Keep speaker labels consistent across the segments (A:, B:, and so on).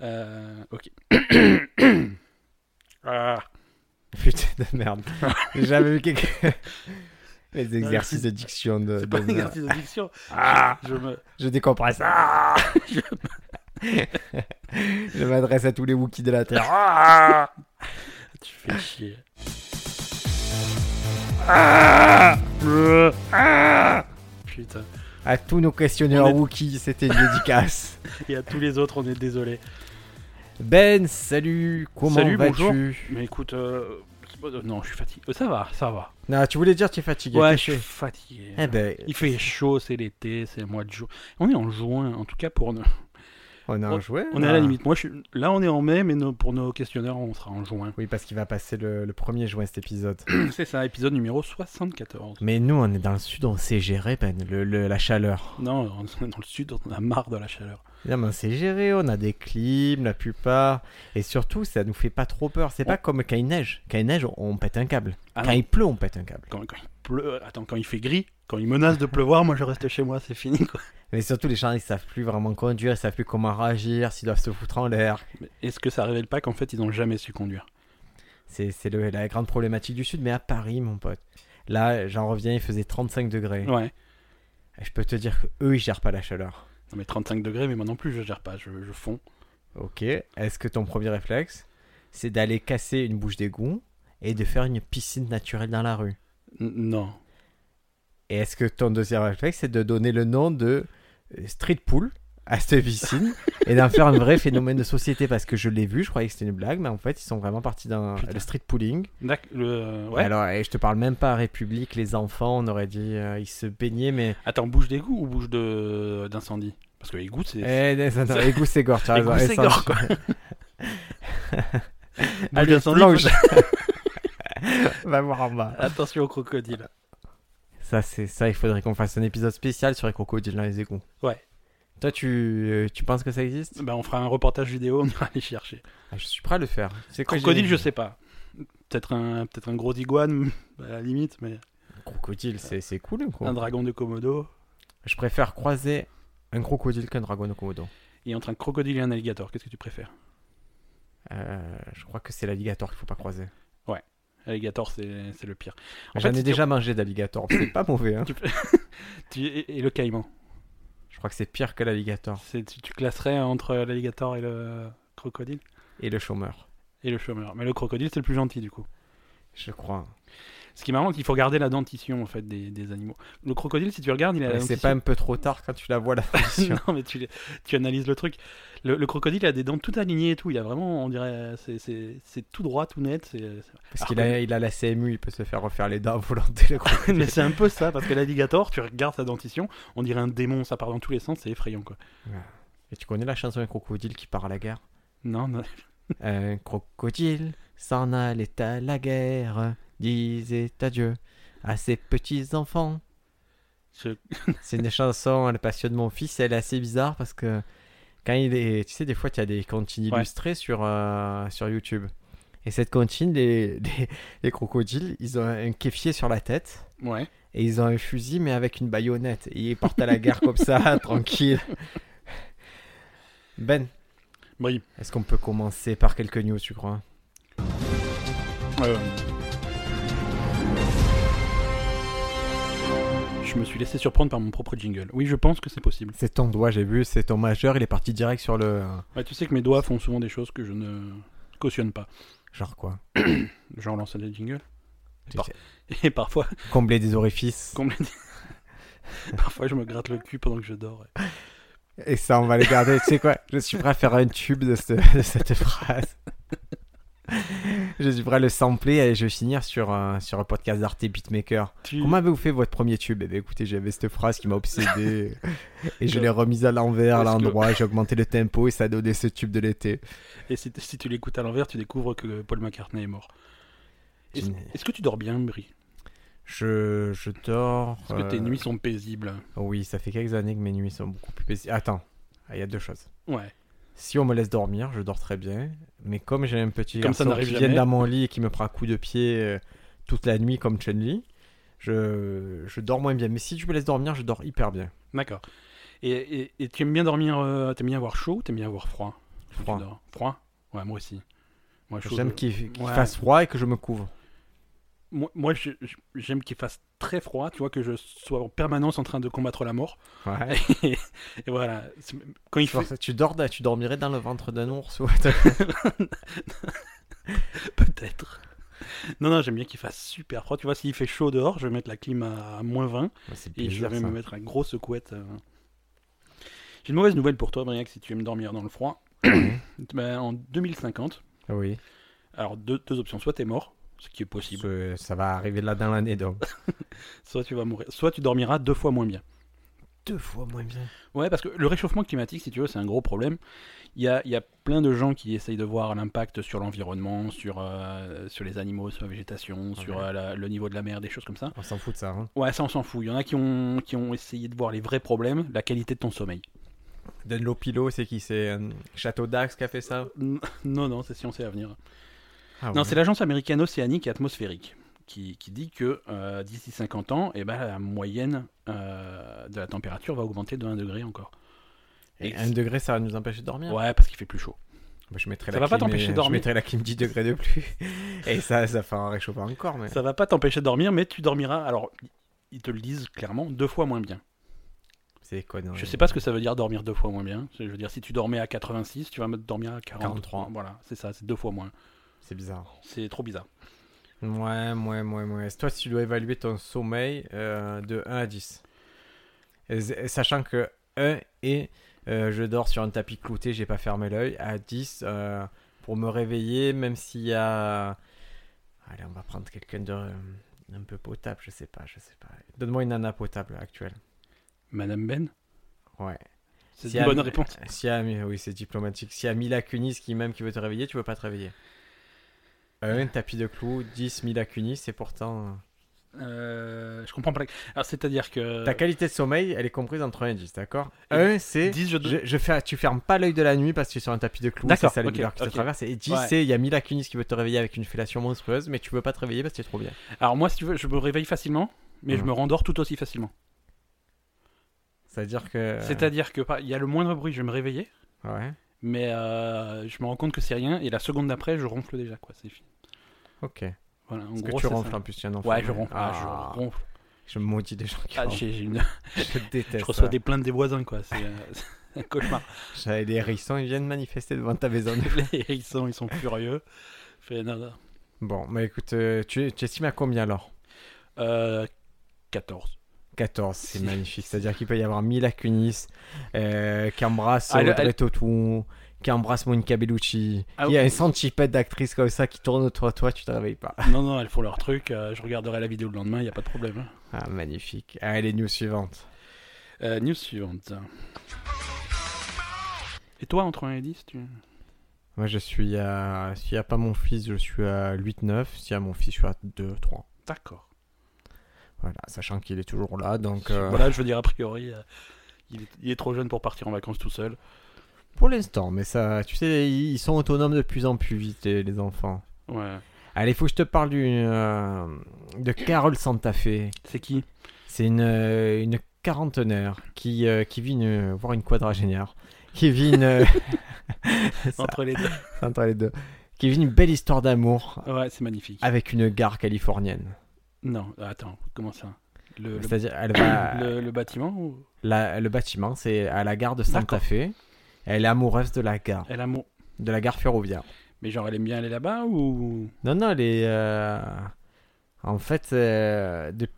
A: Euh, ok. Ah.
B: Putain de merde. J'ai jamais vu quelqu'un. Les exercices de diction de.
A: C'est pas
B: de
A: un
B: merde.
A: exercice de diction.
B: Bah, Ah,
A: Je me...
B: je décompresse. Ah je m'adresse à tous les Wookiees de la Terre. Ah
A: Tu fais chier. Ah Euh, ah Putain.
B: à tous nos questionneurs
A: On est-
B: Wookiees, c'était une dédicace.
A: Et à tous les autres, on est désolé.
B: Ben, salut. Comment
A: Salut, bonjour.
B: vas-tu
A: Mais écoute, euh, euh, non, je suis fatigué. Euh, Ça va, ça va.
B: Non, tu voulais dire que tu es fatigué.
A: Ouais,
B: qu'est-ce
A: je suis
B: que tu fais
A: fatigué.
B: Eh ben,
A: Il fait chaud, c'est l'été, c'est le mois de juin. On est en juin, en tout cas pour nous.
B: on a hein. un jouet.
A: On est à la limite. Moi, je suis... là, on est en mai, mais nos- pour nos questionnaires, on sera en juin.
B: Oui, parce qu'il va passer le, le 1er juin cet épisode.
A: C'est ça, épisode numéro 74.
B: Mais nous, on est dans le sud, on sait gérer, Ben, le- le- la chaleur.
A: Non, on est dans le sud, on a marre de la chaleur.
B: Non, mais on sait gérer, on a des clims, la plupart. Et surtout, ça nous fait pas trop peur. C'est pas comme quand il neige. Quand il neige, on, on pète un câble.
A: Oh. Ah
B: quand
A: non.
B: il pleut, on pète un câble.
A: Quand, quand il pleut, attends, quand il fait gris, quand il menace de pleuvoir, moi, je reste chez moi, c'est fini. quoi.
B: Mais surtout, les gens, ils savent plus vraiment conduire, ils savent plus comment réagir, s'ils doivent se foutre en l'air.
A: Mais Est-ce que ça révèle pas qu'en fait, ils n'ont jamais su conduire
B: C'est c'est le- la grande problématique du sud. Mais à Paris, mon pote, là, j'en reviens, il faisait 35 degrés.
A: Ouais.
B: Et je peux te dire que eux, ils gèrent pas la chaleur.
A: Non, mais 35 degrés, mais moi non plus, je gère pas, je, je fonds.
B: Ok, est-ce que ton premier réflexe, c'est d'aller casser une bouche d'égout et de faire une piscine naturelle dans la rue
A: N- non.
B: Et est-ce que ton deuxième réflexe, c'est de donner le nom de euh, street pool à cette piscine et d'en faire un vrai phénomène de société Parce que je l'ai vu, je croyais que c'était une blague, mais en fait, ils sont vraiment partis dans
A: Putain.
B: le street pooling.
A: D'ac- le-
B: Ouais.
A: ouais.
B: Alors, et je te parle même pas à République, les enfants, on aurait dit, euh, ils se baignaient, mais.
A: Attends, bouche d'égout ou bouche de- d'incendie Parce que l'égout, c'est.
B: Eh, non, non, non, égout, c'est gore, tu as raison.
A: Égout,
B: eh,
A: c'est
B: ça,
A: gore,
B: je-
A: quoi. Bouche
B: Allez,
A: d'incendie,
B: plonge Va voir en bas.
A: faut- Attention aux crocodiles.
B: Ça, c'est ça. Il faudrait qu'on fasse un épisode spécial sur les crocodiles dans les égouts.
A: Ouais.
B: Toi, tu, euh, tu penses que ça existe
A: Ben, on fera un reportage vidéo, on ira les chercher.
B: Ah, Je suis prêt à le faire. C'est quoi,
A: Crocodile,
B: j'ai-
A: je sais pas. Peut-être un, peut un gros iguane, à la limite, mais
B: Crocodile, c'est c'est cool. Quoi.
A: un dragon de Komodo.
B: Je préfère croiser un crocodile qu'un dragon de Komodo.
A: Et entre un crocodile et un alligator, qu'est-ce que tu préfères
B: Euh, je crois que c'est l'alligator qu'il faut pas croiser.
A: Alligator, c'est c'est le pire. En
B: J'en
A: fait,
B: ai
A: si
B: déjà mangé d'alligator. C'est pas mauvais. hein.
A: Tu- et, et le caïman
B: Je crois que c'est pire que l'alligator
A: C'est- tu, tu classerais entre l'alligator et le crocodile
B: et le chômeur.
A: Et le chômeur. Mais le crocodile, c'est le plus gentil, du coup.
B: Je crois.
A: Ce qui est marrant, c'est qu'il faut regarder la dentition, en fait, des, des animaux. Le crocodile, si tu regardes, il a la
B: Mais C'est
A: dentition-
B: pas un peu trop tard quand tu la vois la position.
A: non, mais tu, les- tu analyses le truc. Le, le crocodile a des dents tout alignées et tout. Il a vraiment, on dirait, c'est- c'est c'est tout droit, tout net. c'est- c'est-
B: Parce
A: Alors
B: qu'il
A: que-
B: a, il a la CMU, il peut se faire refaire les dents à volonté. Le crocodile.
A: Mais c'est un peu ça, parce que l'alligator, tu regardes sa dentition, on dirait un démon, ça part dans tous les sens, c'est effrayant, quoi.
B: Et tu connais la chanson Un crocodile qui part à la guerre
A: Non, non.
B: Un crocodile s'en allait à la guerre, disait adieu à ses petits-enfants.
A: je-
B: C'est une chanson, elle passionne mon fils, elle est assez bizarre parce que quand il est. Tu sais, des fois, tu as des comptines
A: Ouais.
B: illustrées sur, euh, sur YouTube. Et cette comptine, les, les, les crocodiles, ils ont un kéfier sur la tête
A: Ouais.
B: et ils ont un fusil mais avec une baïonnette. Et ils partent à la guerre comme ça, tranquille. Ben,
A: Oui.
B: est-ce qu'on peut commencer par quelques news, tu crois
A: Euh. Je me suis laissé surprendre par mon propre jingle. Oui, je pense que c'est possible.
B: C'est ton doigt, j'ai vu, c'est ton majeur, il est parti direct sur le.
A: Ouais, Bah, tu sais que mes doigts font souvent des choses que je ne cautionne pas.
B: Genre quoi
A: Genre lancer des jingles. Par- Et parfois,
B: Combler des orifices.
A: Combler des- Parfois, je me gratte le cul pendant que je dors. ouais.
B: Et ça, on va le garder. tu sais quoi Je suis prêt à faire un tube de, ce- de cette phrase. je suis prêt à le sampler et je vais finir sur, un- sur un podcast d'Arte Beatmaker.
A: Tu-
B: Comment avez-vous fait votre premier tube Eh bien, écoutez, j'avais cette phrase qui m'a obsédé et je l'ai remise à l'envers, à
A: Parce que-
B: l'endroit, j'ai augmenté le tempo et ça a donné ce tube de l'été.
A: Et si, si tu l'écoutes à l'envers, tu découvres que Paul McCartney est mort. Est-ce
B: Génial.
A: est-ce que tu dors bien, Brie
B: Je, je dors. euh,
A: Est-ce que tes nuits sont paisibles
B: Oui, ça fait quelques années que mes nuits sont beaucoup plus paisibles. Attends, il y a deux choses.
A: Ouais.
B: Si on me laisse dormir, je dors très bien. Mais comme j'ai un petit
A: Comme ça
B: garçon
A: n'arrive
B: qui
A: jamais.
B: vient dans mon lit et qui me prend un coup de pied euh, toute la nuit comme Chun-Li, je, je dors moins bien. Mais si tu me laisses dormir, je dors hyper bien.
A: D'accord. Et, et- et tu aimes bien dormir, euh, t'aimes bien avoir chaud ou t'aimes bien avoir froid Faut que
B: Froid.
A: tu dors. Froid Ouais, moi aussi. Moi, chaud,
B: J'aime
A: je-
B: qu'il qu'il
A: Ouais.
B: fasse froid et que je me couvre.
A: Moi, moi, je- je- j'aime qu'il fasse très froid, tu vois, que je sois en permanence en train de combattre la mort.
B: Ouais.
A: et voilà. C'est- Quand il
B: Genre,
A: fait...
B: ça, tu, dors, tu dormirais dans le ventre d'un ours ou
A: Peut-être. Non, non, j'aime bien qu'il fasse super froid. Tu vois, s'il fait chaud dehors, je vais mettre la clim à à moins 20
B: C'est
A: et je
B: plaisir,
A: vais
B: ça.
A: me mettre un gros secouette. euh. J'ai une mauvaise nouvelle pour toi, Briac, si tu aimes dormir dans le froid.
B: Ouais.
A: Ben, en 2050,
B: Ah Oui,
A: alors deux, deux options, soit t'es mort, ce qui est possible,
B: Ce- ça va arriver là dans l'année donc.
A: soit tu vas mourir, soit tu dormiras deux fois moins bien.
B: Deux fois moins bien.
A: Ouais, parce que le réchauffement climatique, si tu veux, c'est un gros problème. Il y a, il y a plein de gens qui essayent de voir l'impact sur l'environnement, sur, euh, sur les animaux, sur la végétation, sur
B: Ah Ouais.
A: euh, la- le niveau de la mer, des choses comme ça.
B: On s'en fout de ça. hein.
A: Ouais, ça, on s'en fout. Il y en a qui ont, qui ont essayé de voir les vrais problèmes, la qualité de ton sommeil.
B: Dunlop Pilo, c'est qui C'est euh, Château d'Axe qui a fait ça
A: N- Non, non, c'est science et avenir.
B: Ah
A: Non,
B: ouais.
A: c'est l'Agence américaine océanique et atmosphérique qui, qui dit que euh, d'ici 50 ans, eh ben, la moyenne euh, de la température va augmenter de 1 degré encore.
B: Et un degré, ça va nous empêcher de dormir.
A: Ouais, parce qu'il fait plus chaud.
B: Bah, je mettrai
A: Ça
B: la
A: va pas
B: clim et-
A: t'empêcher de dormir.
B: Je mettrai la clim 10 degrés de plus. et ça, ça fera un réchauffement encore. Mais...
A: Ça va pas t'empêcher de dormir, mais tu dormiras. Alors, ils te le disent clairement, deux fois moins bien.
B: C'est quoi non,
A: Je sais pas ce que ça veut dire dormir deux fois moins bien. Je veux dire, si tu dormais à 86, tu vas dormir à 40.
B: 43.
A: Voilà, c'est ça, c'est deux fois moins.
B: C'est bizarre.
A: C'est trop bizarre.
B: Ouais, ouais, ouais, ouais. Toi, si tu dois évaluer ton sommeil euh, de 1 à 10, Et z- et sachant que 1 est euh, je dors sur un tapis clouté, j'ai pas fermé l'œil, à 10, euh, pour me réveiller, même s'il y a. Allez, on va prendre quelqu'un de. euh, Un peu potable, je sais pas, je sais pas. Donne-moi une nana potable actuelle.
A: Madame Ben
B: Ouais.
A: C'est
B: Si
A: une
B: à-
A: bonne réponse.
B: Si à, oui, c'est diplomatique. S'il y a Mila Kunis qui même qui veut te réveiller, tu peux pas te réveiller. Euh, Un tapis de clous, 10 Mila Kunis, c'est pourtant.
A: Euh, je comprends pas. la- Alors, c'est-à-dire que.
B: Ta qualité de sommeil, elle est comprise entre 1 et 10, d'accord
A: Euh. Et
B: 1, c'est.
A: 10, je
B: Je, je fais, tu fermes pas l'œil de la nuit parce que tu es sur un tapis de clous, c'est
A: D'accord,
B: ça les
A: ok,
B: douleurs qui
A: ok.
B: te traversent. Et 10,
A: Ouais.
B: c'est il y a Mila Kunis qui veut te réveiller avec une fellation monstrueuse, mais tu peux pas te réveiller parce que tu es trop bien.
A: Alors, moi, si tu veux, je me réveille facilement, mais je
B: Mhm.
A: me rendors tout aussi facilement.
B: C'est-à-dire que.
A: C'est-à-dire que par- il y a le moindre bruit, je vais me réveiller,
B: Ouais.
A: mais euh, je me rends compte que c'est rien, et la seconde d'après, je ronfle déjà, quoi. C'est fini.
B: Ok.
A: Voilà, en
B: Parce que
A: gros,
B: tu
A: c'est ça.
B: ronfles en plus, tu es un enfant.
A: Ouais, je ronfle. Ah,
B: Ah,
A: je ronfle.
B: je maudis des gens qui
A: Ah,
B: ronflent.
A: j'ai j'ai une
B: Je déteste.
A: Je reçois
B: ça.
A: des plaintes des voisins, quoi. C'est euh, c'est un cauchemar.
B: J'avais des hérissons, ils viennent manifester devant ta maison.
A: Les hérissons, ils sont furieux. Je fais, non, non.
B: Bon, bah écoute, euh, tu, tu estimes à combien alors
A: Euh, 14.
B: 14, c'est magnifique. C'est-à-dire qu'il peut y avoir Mila Kunis, euh, qui embrasse
A: Ah, le-
B: Audrey Tautou, qui embrasse Monica Bellucci.
A: Ah
B: il y a un centipède d'actrices comme ça qui tourne autour de toi, tu te réveilles pas.
A: Non, non, elles font leur truc. euh, je regarderai la vidéo le lendemain, il n'y a pas de problème. hein.
B: Ah, magnifique. Allez, news suivante.
A: Euh, news suivante. Et toi, entre 1 et 10, tu...
B: Moi, je suis à... S'il n'y a pas mon fils, je suis à 8-9. S'il y a mon fils, je suis à 2-3.
A: D'accord.
B: Voilà, sachant qu'il est toujours là, donc... euh,
A: Voilà, je veux dire, a priori, euh, il, est, il est trop jeune pour partir en vacances tout seul.
B: Pour l'instant, mais ça... Tu sais, ils ils sont autonomes de plus en plus vite, les- les enfants.
A: Ouais.
B: Allez, faut que je te parle d'une euh, de Carole Santa Fe.
A: C'est qui
B: C'est une, euh, une quarantenaire qui, euh, qui vit une voire une quadragénaire qui vit une Ça,
A: Entre les deux.
B: entre les deux. qui vit une belle histoire d'amour
A: Ouais, c'est magnifique.
B: avec une gare californienne.
A: Non, attends, comment ça Euh, le, le,
B: C'est-à-dire elle va
A: le- le bâtiment ou...
B: la- le bâtiment c'est à la gare de Santa
A: D'accord.
B: Fe. Elle est amoureuse de la gare,
A: Elle a mon...
B: de la gare ferroviaire.
A: Mais genre, elle aime bien aller là-bas ou...
B: Non non, elle est euh, en fait euh, de-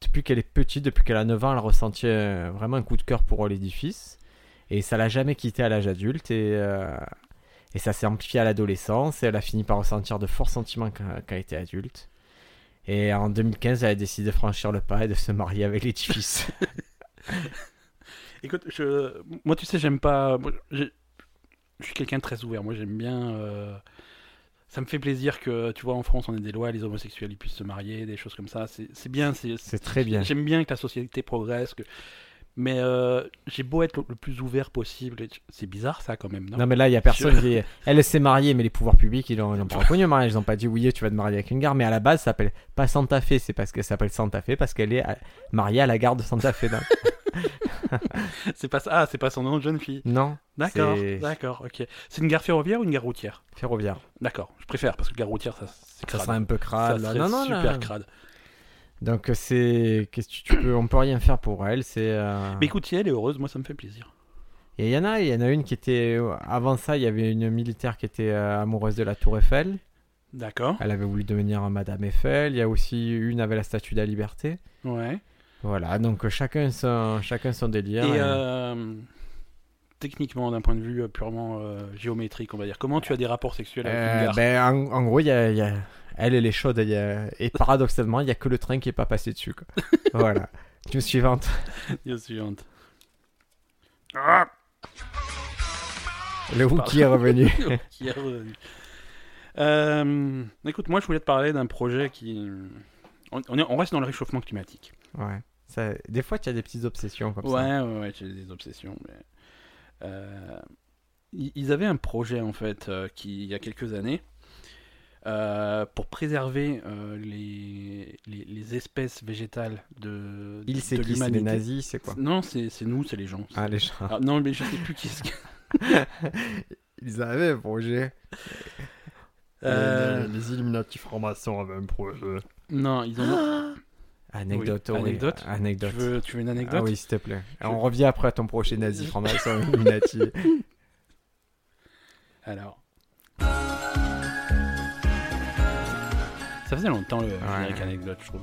B: depuis qu'elle est petite, depuis qu'elle a 9 ans, elle ressentit euh, vraiment un coup de cœur pour euh, l'édifice. Et ça l'a jamais quittée à l'âge adulte. Et, euh, et ça s'est amplifié à l'adolescence. Et elle a fini par ressentir de forts sentiments quand quand elle était adulte. Et en 2015, elle a décidé de franchir le pas et de se marier avec l'édifice.
A: Écoute, je... moi, tu sais, j'aime pas. moi, j'ai- je suis quelqu'un de très ouvert. Moi, j'aime bien. euh, Ça me fait plaisir que, tu vois, en France, on ait des lois, les homosexuels, ils puissent se marier, des choses comme ça. C'est c'est bien. c'est-
B: C'est très bien.
A: J'aime bien que la société progresse. Que... Mais euh, j'ai beau être le, le plus ouvert possible. et tu- C'est bizarre, ça, quand même. Non,
B: Non mais là il y a personne qui est- Elle s'est mariée mais les pouvoirs publics ils l'ont ils l'ont pas reconnu le mariage, ils ont pas dit oui tu vas te marier avec une gare mais à la euh, base ça s'appelle pas Santa Fe, c'est parce qu'elle s'appelle Santa Fe parce qu'elle est à- mariée à la gare de Santa Fe. non
A: C'est pas ça. Ah, c'est pas son nom de jeune fille.
B: Non.
A: D'accord,
B: C'est-
A: d'accord, ok. C'est une gare ferroviaire ou une gare routière
B: Ferroviaire.
A: D'accord, je préfère parce que gare routière, ça, c'est
B: Ça
A: crade.
B: sera un peu
A: Ça
B: crade. là.
A: serait
B: Non, non,
A: super
B: là.
A: crade.
B: Donc euh, c'est qu'est-ce que tu- tu peux on peut rien faire pour elle, c'est euh,
A: Mais écoute, si elle est heureuse, moi ça me fait plaisir.
B: et il y en a, il y en a une qui était euh, avant ça, il y avait une militaire qui était euh, amoureuse de la Tour Eiffel,
A: D'accord,
B: elle avait voulu devenir euh, madame Eiffel, il y a aussi une avec la statue de la Liberté.
A: ouais.
B: Voilà, donc euh, chacun son chacun son délire.
A: Et
B: et-
A: euh, techniquement, d'un point de vue euh, purement euh, géométrique, on va dire, comment tu as des rapports sexuels avec
B: Euh,
A: une gare
B: ben, en, en gros, il y a, il y a- elle, elle est chaude. il y a- Et paradoxalement, il n'y a que le train qui est pas passé dessus. quoi. voilà. Tu me suivante.
A: La suivante. Ah
B: Le Wookie est revenu.
A: Qui est revenu. Euh, écoute, moi je voulais te parler d'un projet qui. On, on est- on reste dans le réchauffement climatique.
B: Ouais. Ça- des fois, tu as des petites obsessions comme ça.
A: Ouais, ouais, ouais, j'ai des obsessions. Mais... euh, i- ils avaient un projet, en fait, euh, qui, il y a quelques années, euh, pour préserver euh, les, les, les espèces végétales de,
B: Il sait
A: de
B: qui c'est les
A: l'humanité.
B: nazis, c'est quoi
A: Non, c'est c'est nous, c'est les gens.
B: Ah, les gens.
A: Ah, non, mais je sais plus qui est-ce que-
B: Ils avaient un projet.
A: Euh,
B: les Illuminati francs-maçons avaient un projet.
A: non, ils ont...
B: Anecdote,
A: Oui.
B: oui.
A: Anecdote tu,
B: Anecdote.
A: veux, tu veux une anecdote
B: Ah oui, s'il te plaît.
A: Je-
B: On revient après à ton projet nazi franc-maçon Illuminati.
A: Alors... Ça faisait longtemps le générique
B: Ouais.
A: anecdote, je trouve.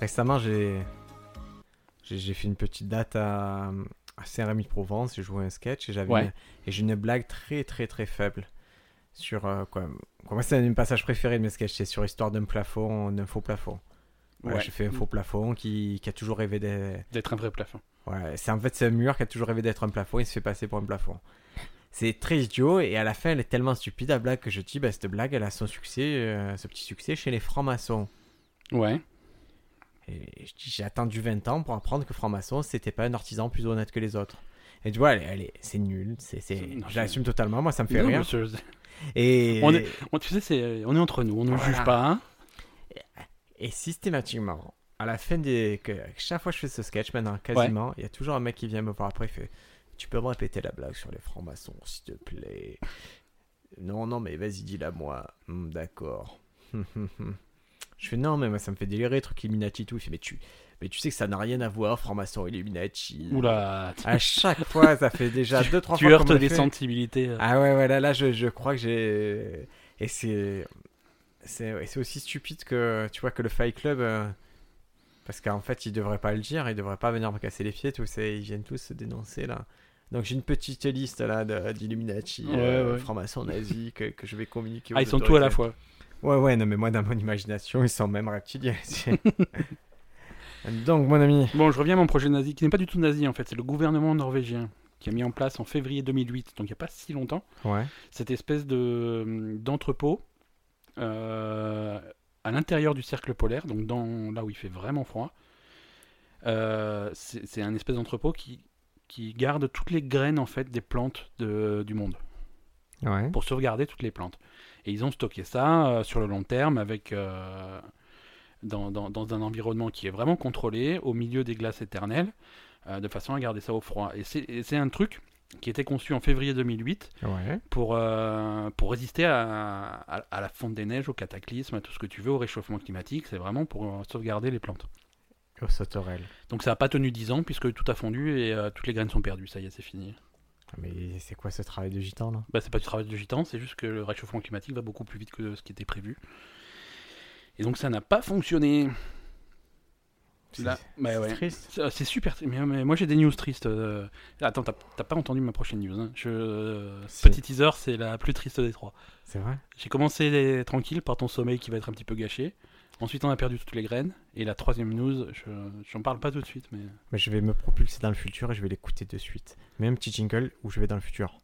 B: Récemment, j'ai j'ai j'ai fait une petite date à, à Saint-Rémy-de-Provence. J'ai joué un sketch et j'avais
A: Ouais.
B: une- et j'ai une blague très très très faible sur euh, quoi. quoi, moi, c'est un de mes passages préférés de mes sketchs. C'est sur l'histoire d'un plafond, d'un faux plafond. Voilà,
A: Ouais.
B: J'ai fait un faux plafond qui, qui a toujours rêvé d'être.
A: D'être un vrai plafond.
B: Ouais, c'est en fait c'est un mur qui a toujours rêvé d'être un plafond. Il se fait passer pour un plafond. C'est très idiot et à la fin elle est tellement stupide la blague que je dis bah cette blague elle a son succès, euh, ce petit succès chez les francs-maçons.
A: Ouais.
B: Et je dis, j'ai attendu 20 ans pour apprendre que franc-maçon, c'était pas un artisan plus honnête que les autres. Et tu vois, elle, elle est- c'est nul, c'est, c'est-
A: C'est- non,
B: j'assume totalement, moi ça me fait
A: Non,
B: rien.
A: mais c'est-
B: Et,
A: On est- Bon, tu sais, c'est- on est entre nous, on ne
B: Voilà.
A: juge pas. hein.
B: et systématiquement, à la fin des. que- chaque fois que je fais ce sketch, maintenant, quasiment, il y a toujours un mec qui vient me voir après, il fait Tu peux me répéter la blague sur les francs-maçons, s'il te plaît Non, non, mais vas-y, dis-la moi. Hmm, d'accord. Hum, hum, hum. je fais Non, mais moi ça me fait délirer, truc Illuminati, tout. Il fait Mais tu, mais tu sais que ça n'a rien à voir, franc-maçon, Illuminati.
A: Oula, tu-
B: À chaque fois, ça fait déjà
A: Tu-
B: deux trois
A: tu
B: fois. qu'on
A: heurtes
B: me le
A: des
B: fait.
A: sensibilités. euh.
B: Ah ouais, ouais, là, là, je, je crois que j'ai. Et c'est. C'est ouais, c'est aussi stupide que, tu vois, que le Fight Club. euh, Parce qu'en fait, ils devraient pas le dire, ils devraient pas venir me casser les pieds, tout ça, ils viennent tous se dénoncer, là. Donc j'ai une petite liste, là, de- d'Illuminati, euh,
A: Ouais, ouais.
B: francs-maçons nazis, que, que je vais communiquer.
A: Ah,
B: aux
A: ils sont tous à la
B: autorités.
A: fois.
B: Ouais, ouais, non, mais moi, dans mon imagination, ils sont même reptiliens. c'est- Donc, mon ami.
A: Bon, je reviens à mon projet nazi, qui n'est pas du tout nazi en fait, c'est le gouvernement norvégien qui a mis en place en février 2008, donc il n'y a pas si longtemps,
B: Ouais.
A: cette espèce de hum, d'entrepôt euh, à l'intérieur du cercle polaire, donc dans là où il fait vraiment froid. Euh, c'est c'est un espèce d'entrepôt qui qui garde toutes les graines en fait des plantes de- du monde.
B: Ouais.
A: pour sauvegarder toutes les plantes. Et ils ont stocké ça euh, sur le long terme avec euh, dans, dans- dans un environnement qui est vraiment contrôlé, au milieu des glaces éternelles, euh, de façon à garder ça au froid. Et c'est et c'est un truc qui était conçu en février 2008
B: Ouais.
A: pour, euh, pour résister à, à- à la fonte des neiges, au cataclysme, à tout ce que tu veux, au réchauffement climatique. C'est vraiment pour euh, sauvegarder les plantes.
B: Aux sauterelles.
A: Donc ça n'a pas tenu 10 ans puisque tout a fondu et euh, toutes les graines sont perdues. Ça y est, c'est fini.
B: Ah, Mais c'est quoi ce travail de gitan là
A: Bah, c'est pas du travail de gitan, c'est juste que le réchauffement climatique va beaucoup plus vite que ce qui était prévu. Et donc ça n'a pas fonctionné.
B: C'est-
A: Là, bah
B: c'est
A: ouais.
B: triste.
A: C'est c'est super. tri- Mais, mais moi j'ai des news tristes. euh. Attends, t'as t'as pas entendu ma prochaine news. hein. Je... euh,
B: Si.
A: Petit teaser, c'est la plus triste des trois.
B: C'est vrai.
A: J'ai commencé les- tranquille par ton sommeil qui va être un petit peu gâché. Ensuite, on a perdu toutes les graines. Et la troisième news, je j'en parle pas tout de suite, mais
B: Mais je vais me propulser dans le futur et je vais l'écouter de suite. Mets un petit jingle où je vais dans le futur.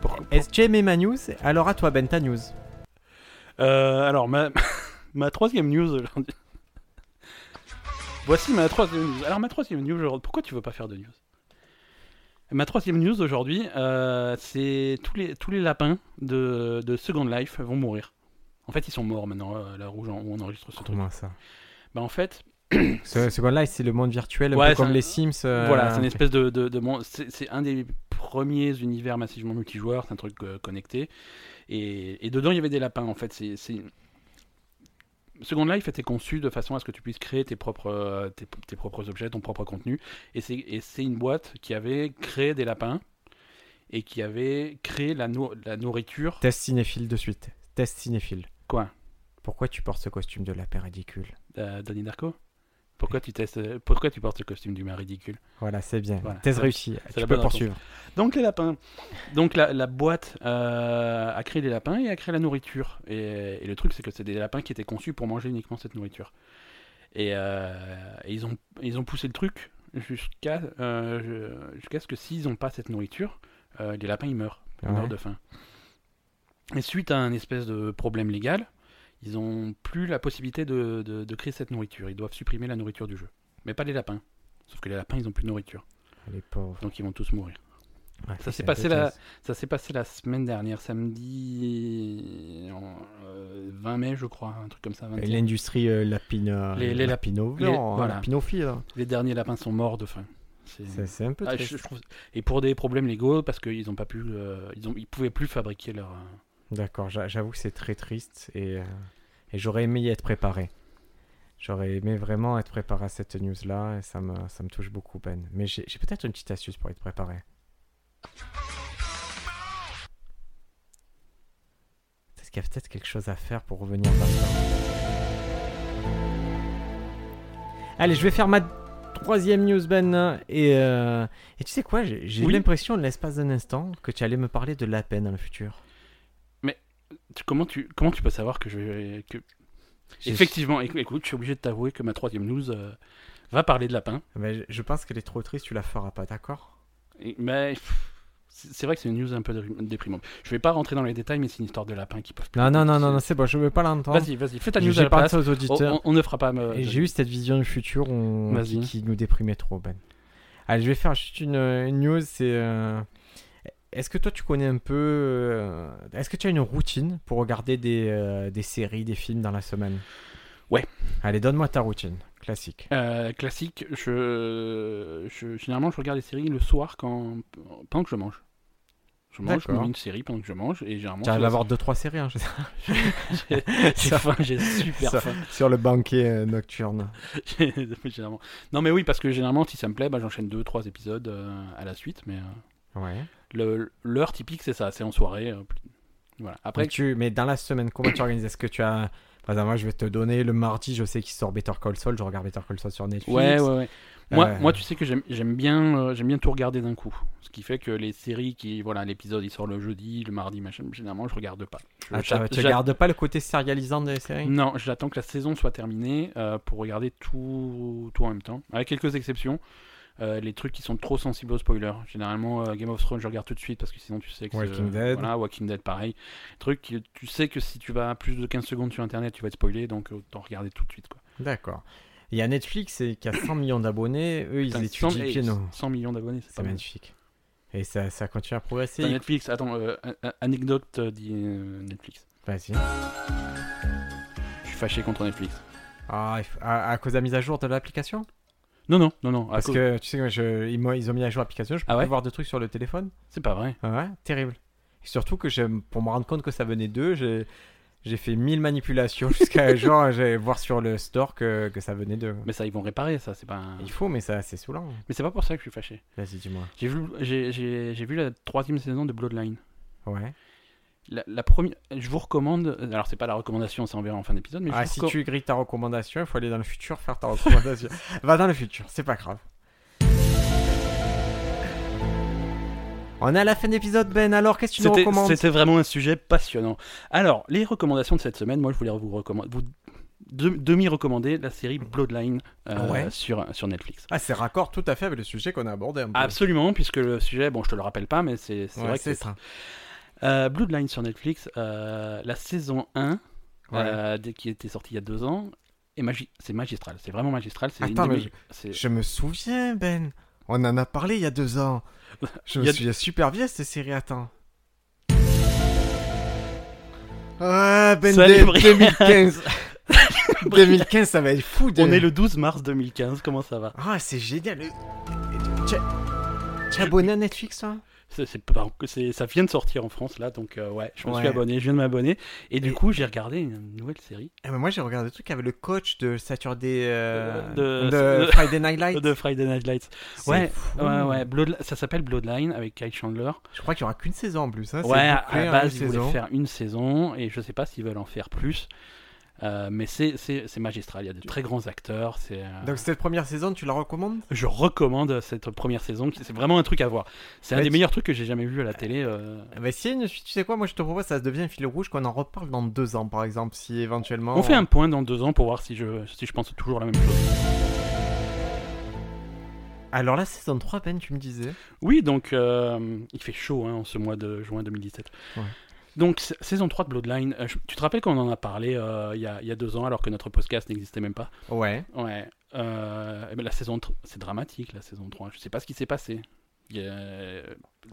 A: pourquoi
B: Est-ce que tu aimais ma news Alors à toi Ben ta news.
A: Euh, alors, ma, ma troisième news aujourd'hui. Voici ma troisième news. Alors, ma troisième news, aujourd'hui- pourquoi tu veux pas faire de news Et ma troisième news d'aujourd'hui, euh, c'est tous les, tous les lapins de, de Second Life vont mourir. En fait, ils sont morts maintenant, euh, à l'heure où, j'en- où on enregistre ce truc.
B: Comment ça
A: Bah, en fait,
B: Ce, ce là c'est le monde virtuel, un
A: Ouais,
B: peu
A: c'est
B: comme
A: un-
B: les Sims. euh,
A: voilà, c'est une
B: ok.
A: espèce de, de, de mon- C'est c'est un des premiers univers massivement multijoueurs, c'est un truc euh, connecté. Et, et dedans, il y avait des lapins, en fait. c'est c'est- Second Life était conçu de façon à ce que tu puisses créer tes propres, euh, tes, tes propres objets, ton propre contenu. Et c'est et c'est une boîte qui avait créé des lapins et qui avait créé la, nou- la nourriture.
B: Test cinéphile de suite. Test cinéphile.
A: Quoi
B: Pourquoi tu portes ce costume de lapin ridicule
A: euh, Donnie Darko pourquoi tu, testes, euh, pourquoi tu portes ce costume d'humain ridicule
B: Voilà, c'est bien.
A: Voilà.
B: Thèse
A: C'est-
B: réussie.
A: c'est
B: Tu
A: la
B: peux
A: bonne
B: poursuivre.
A: Donc les lapins. Donc la, la boîte euh, a créé les lapins et a créé la nourriture. Et, et le truc c'est que c'est des lapins qui étaient conçus pour manger uniquement cette nourriture. Et, euh, et ils, ont, ils ont poussé le truc jusqu'à euh, je- jusqu'à ce que s'ils n'ont pas cette nourriture, euh, les lapins ils meurent. Ils
B: Ouais.
A: meurent de faim. Et suite à un espèce de problème légal, ils n'ont plus la possibilité de, de- de créer cette nourriture. Ils doivent supprimer la nourriture du jeu. Mais pas les lapins. Sauf que les lapins ils n'ont plus de nourriture.
B: Les pauvres.
A: Donc ils vont tous mourir.
B: Ouais,
A: Ça s'est
B: un
A: passé
B: peu
A: la-
B: triste.
A: Ça s'est passé la semaine dernière, samedi en, euh, 20 mai, je crois, un truc comme ça. 20.
B: Et L'industrie euh, lapine.
A: Les- les lap- les- voilà. Les derniers lapins sont morts de faim. C'est-
B: C'est un peu
A: Ah,
B: triste.
A: je- je trouve- Et pour des problèmes légaux, parce qu'ils ont pas pu, euh, ils ont, ils pouvaient plus fabriquer leur. euh,
B: D'accord, j'a- j'avoue que c'est très triste et, euh, et j'aurais aimé y être préparé. J'aurais aimé vraiment être préparé à cette news-là et ça me, ça me touche beaucoup, Ben. Mais j'ai j'ai peut-être une petite astuce pour être préparé. Peut-être qu'il y a peut-être quelque chose à faire pour revenir vers ça. Allez, je vais faire ma troisième news, Ben. Et, euh, et tu sais quoi, j'ai j'ai eu
A: Oui.
B: l'impression, de l'espace d'un instant, que tu allais me parler de la peine dans le futur.
A: tu- Comment tu, comment tu peux savoir que je vais- que...
B: J'ai-
A: Effectivement, éc- écoute, je suis obligé de t'avouer que ma troisième news euh, va parler de lapins.
B: Mais je- je pense qu'elle est trop triste, tu la feras pas, d'accord
A: Et- Mais pff, c'est c'est vrai que c'est une news un peu dé- déprimante. Je vais pas rentrer dans les détails, mais c'est une histoire de lapins qui peuvent. plus-
B: Non, non, non, non, non, c'est bon, je veux pas l'entendre.
A: Vas-y, vas-y, fais ta
B: Je-
A: news à
B: J'ai
A: la
B: parlé
A: place.
B: ça aux
A: On,
B: auditeurs.
A: Oh, on- on ne fera pas. euh, me-
B: Et j'ai eu cette vision du futur on-
A: Vas-y.
B: qui, qui nous déprimait trop, Ben. Allez, je vais faire juste une, euh, une news, c'est... euh, Est-ce que toi tu connais un peu... euh, Est-ce que tu as une routine pour regarder des, euh, des séries, des films dans la semaine
A: Ouais.
B: Allez, donne-moi ta routine, classique.
A: Euh, classique, je, je- généralement je regarde les séries le soir quand pendant que je mange. Je mange, je me
B: D'accord.
A: mets une série pendant que je mange et généralement
B: Tu arrives
A: c'est-
B: à avoir 2-3 séries hein, je sais.
A: j'ai j'ai faim, j'ai super
B: ça-
A: faim.
B: sur le banquet euh, nocturne.
A: J'ai- généralement. Non mais oui parce que généralement si ça me plaît, bah, j'enchaîne deux trois épisodes euh, à la suite. Mais euh,
B: Ouais.
A: le- l'heure typique c'est ça, c'est en soirée. euh, plus- voilà. Après
B: Mais, tu, mais dans la semaine, comment tu organises Est-ce que tu as. Par exemple, moi, je vais te donner le mardi, je sais qu'il sort Better Call Saul, je regarde Better Call Saul sur Netflix.
A: Ouais, ouais, ouais. Moi,
B: Euh,
A: moi, tu sais que j'aime- j'aime bien, euh, j'aime bien tout regarder d'un coup. Ce qui fait que les séries qui, voilà, l'épisode il sort le jeudi, le mardi, machin, généralement je regarde pas. Je-
B: Ah,
A: j'a-
B: tu
A: j'a- Mm.
B: regardes pas le côté sérialisant des séries
A: Non, j'attends que la saison soit terminée euh, pour regarder tout, tout en même temps. Avec quelques exceptions, euh, les trucs qui sont trop sensibles aux spoilers. Généralement, euh, Game of Thrones, je regarde tout de suite parce que sinon tu sais que...
B: Walking
A: euh,
B: Dead.
A: Voilà, Walking Dead, pareil. Truc, qui- tu sais que si tu vas à plus de 15 secondes sur Internet, tu vas être spoilé, donc autant regarder tout de suite. Quoi.
B: D'accord. Il y a Netflix et- qui a 100 millions d'abonnés, eux, ils
A: Putain,
B: étudient
A: 100
B: le
A: eh,
B: piano.
A: 100 millions d'abonnés, c'est
B: C'est
A: pas mal.
B: magnifique. Et ça, ça continue à progresser.
A: Putain, Netflix, attends, euh, a- a- anecdote euh, dit euh, Netflix.
B: Vas-y.
A: Je suis fâché contre Netflix.
B: Ah, il faut- à, à cause de la mise à jour de l'application
A: Non, non, non, non. à
B: Parce
A: cause-
B: que tu sais, que je, ils, m'ont- ils ont mis à jour l'application, je peux
A: Ah ouais
B: plus voir de trucs sur le téléphone.
A: C'est pas vrai.
B: Ah Ouais, terrible. Et surtout que j'aime- pour me rendre compte que ça venait d'eux, j'ai, j'ai fait 1000 manipulations jusqu'à genre j'allais voir sur le store que, que ça venait d'eux.
A: Mais ça, ils vont réparer ça. C'est pas. un-
B: Il faut, mais ça, c'est saoulant.
A: Mais c'est pas pour ça que je suis fâché.
B: Vas-y, dis-moi.
A: J'ai vu, j'ai, j'ai- j'ai vu la troisième saison de Bloodline.
B: Ouais.
A: La, la première, je vous recommande. euh, Alors c'est pas la recommandation, ça on verra en fin d'épisode, mais je
B: Ah,
A: vous
B: si
A: reco-
B: tu grilles ta recommandation, il faut aller dans le futur faire ta recommandation. Va dans le futur, c'est pas grave. On est à la fin de l'épisode, Ben, alors qu'est-ce que tu nous
A: c'était,
B: recommandes
A: c'était vraiment un sujet passionnant. Alors les recommandations de cette semaine, moi je voulais vous recommander, vous de- demi-recommander la série Bloodline euh,
B: Ouais.
A: sur sur Netflix.
B: Ah, c'est raccord tout à fait avec le sujet qu'on a abordé un peu.
A: Absolument, puisque le sujet, bon, je te le rappelle pas, mais c'est, c'est
B: Bah, Ouais,
A: vrai que
B: c'est ça.
A: Euh, Bloodline sur Netflix, euh, la saison 1,
B: Ouais.
A: euh, dès- qui était sortie il y a deux ans, est magi- c'est magistral, c'est vraiment magistral. C'est une
B: Attends,
A: des
B: mais
A: me- c'est-
B: Je me souviens, Ben. On en a parlé il y a deux ans. Je
A: Il y
B: me
A: a-
B: souviens super bien cette série, attends. Ah, Ben
A: Ça, les
B: de-
A: vrais-
B: 2015. 2015, ça va être fou. de-
A: On est le 12 mars 2015, comment ça va
B: Ah, c'est génial. le- T'es t'es abonné à Netflix, toi
A: C'est- c'est pas- c'est- Ça vient de sortir en France là, donc euh, ouais, je me suis
B: Ouais.
A: abonné, je viens de m'abonner. Et du
B: Et-
A: coup, j'ai regardé une nouvelle série
B: Eh ben, Moi, j'ai regardé le truc avec le coach de Saturday... euh,
A: De-
B: de,
A: de-
B: Friday Night Lights.
A: de Friday Night Lights.
B: C'est
A: ouais,
B: fou.
A: Ouais, ouais, Bloodli- ça s'appelle Bloodline avec Kyle Chandler.
B: Je crois qu'il n'y aura qu'une saison en plus. Hein.
A: ouais,
B: c'est bouclé
A: à
B: en
A: la
B: une
A: base, ils
B: saison.
A: voulaient faire une saison et je sais pas s'ils veulent en faire plus. Euh, mais c'est- c'est c'est magistral, il y a de très grands acteurs. c'est, euh,
B: Donc cette première saison, tu la recommandes
A: Je recommande cette première saison, qui- c'est vraiment un truc à voir. C'est un
B: Ouais,
A: des
B: tu-
A: meilleurs trucs que j'ai jamais vu à la télé. euh.
B: Eh ben, si, tu sais quoi, moi je te propose, ça devient un fil rouge qu'on en reparle dans deux ans par exemple, si éventuellement...
A: On fait un point dans deux ans pour voir si je, si je pense toujours la même chose.
B: Alors la saison 3, Ben, tu me disais.
A: Oui, donc euh, il fait chaud hein, en ce mois de juin 2017.
B: Ouais.
A: Donc sa- saison 3 de Bloodline, euh, je- tu te rappelles qu'on en a parlé euh, il y, a, il y a deux ans alors que notre podcast n'existait même pas
B: Ouais.
A: Ouais. Euh, eh ben, la saison tr- c'est dramatique la saison 3. Je sais pas ce qui s'est passé. Il y a-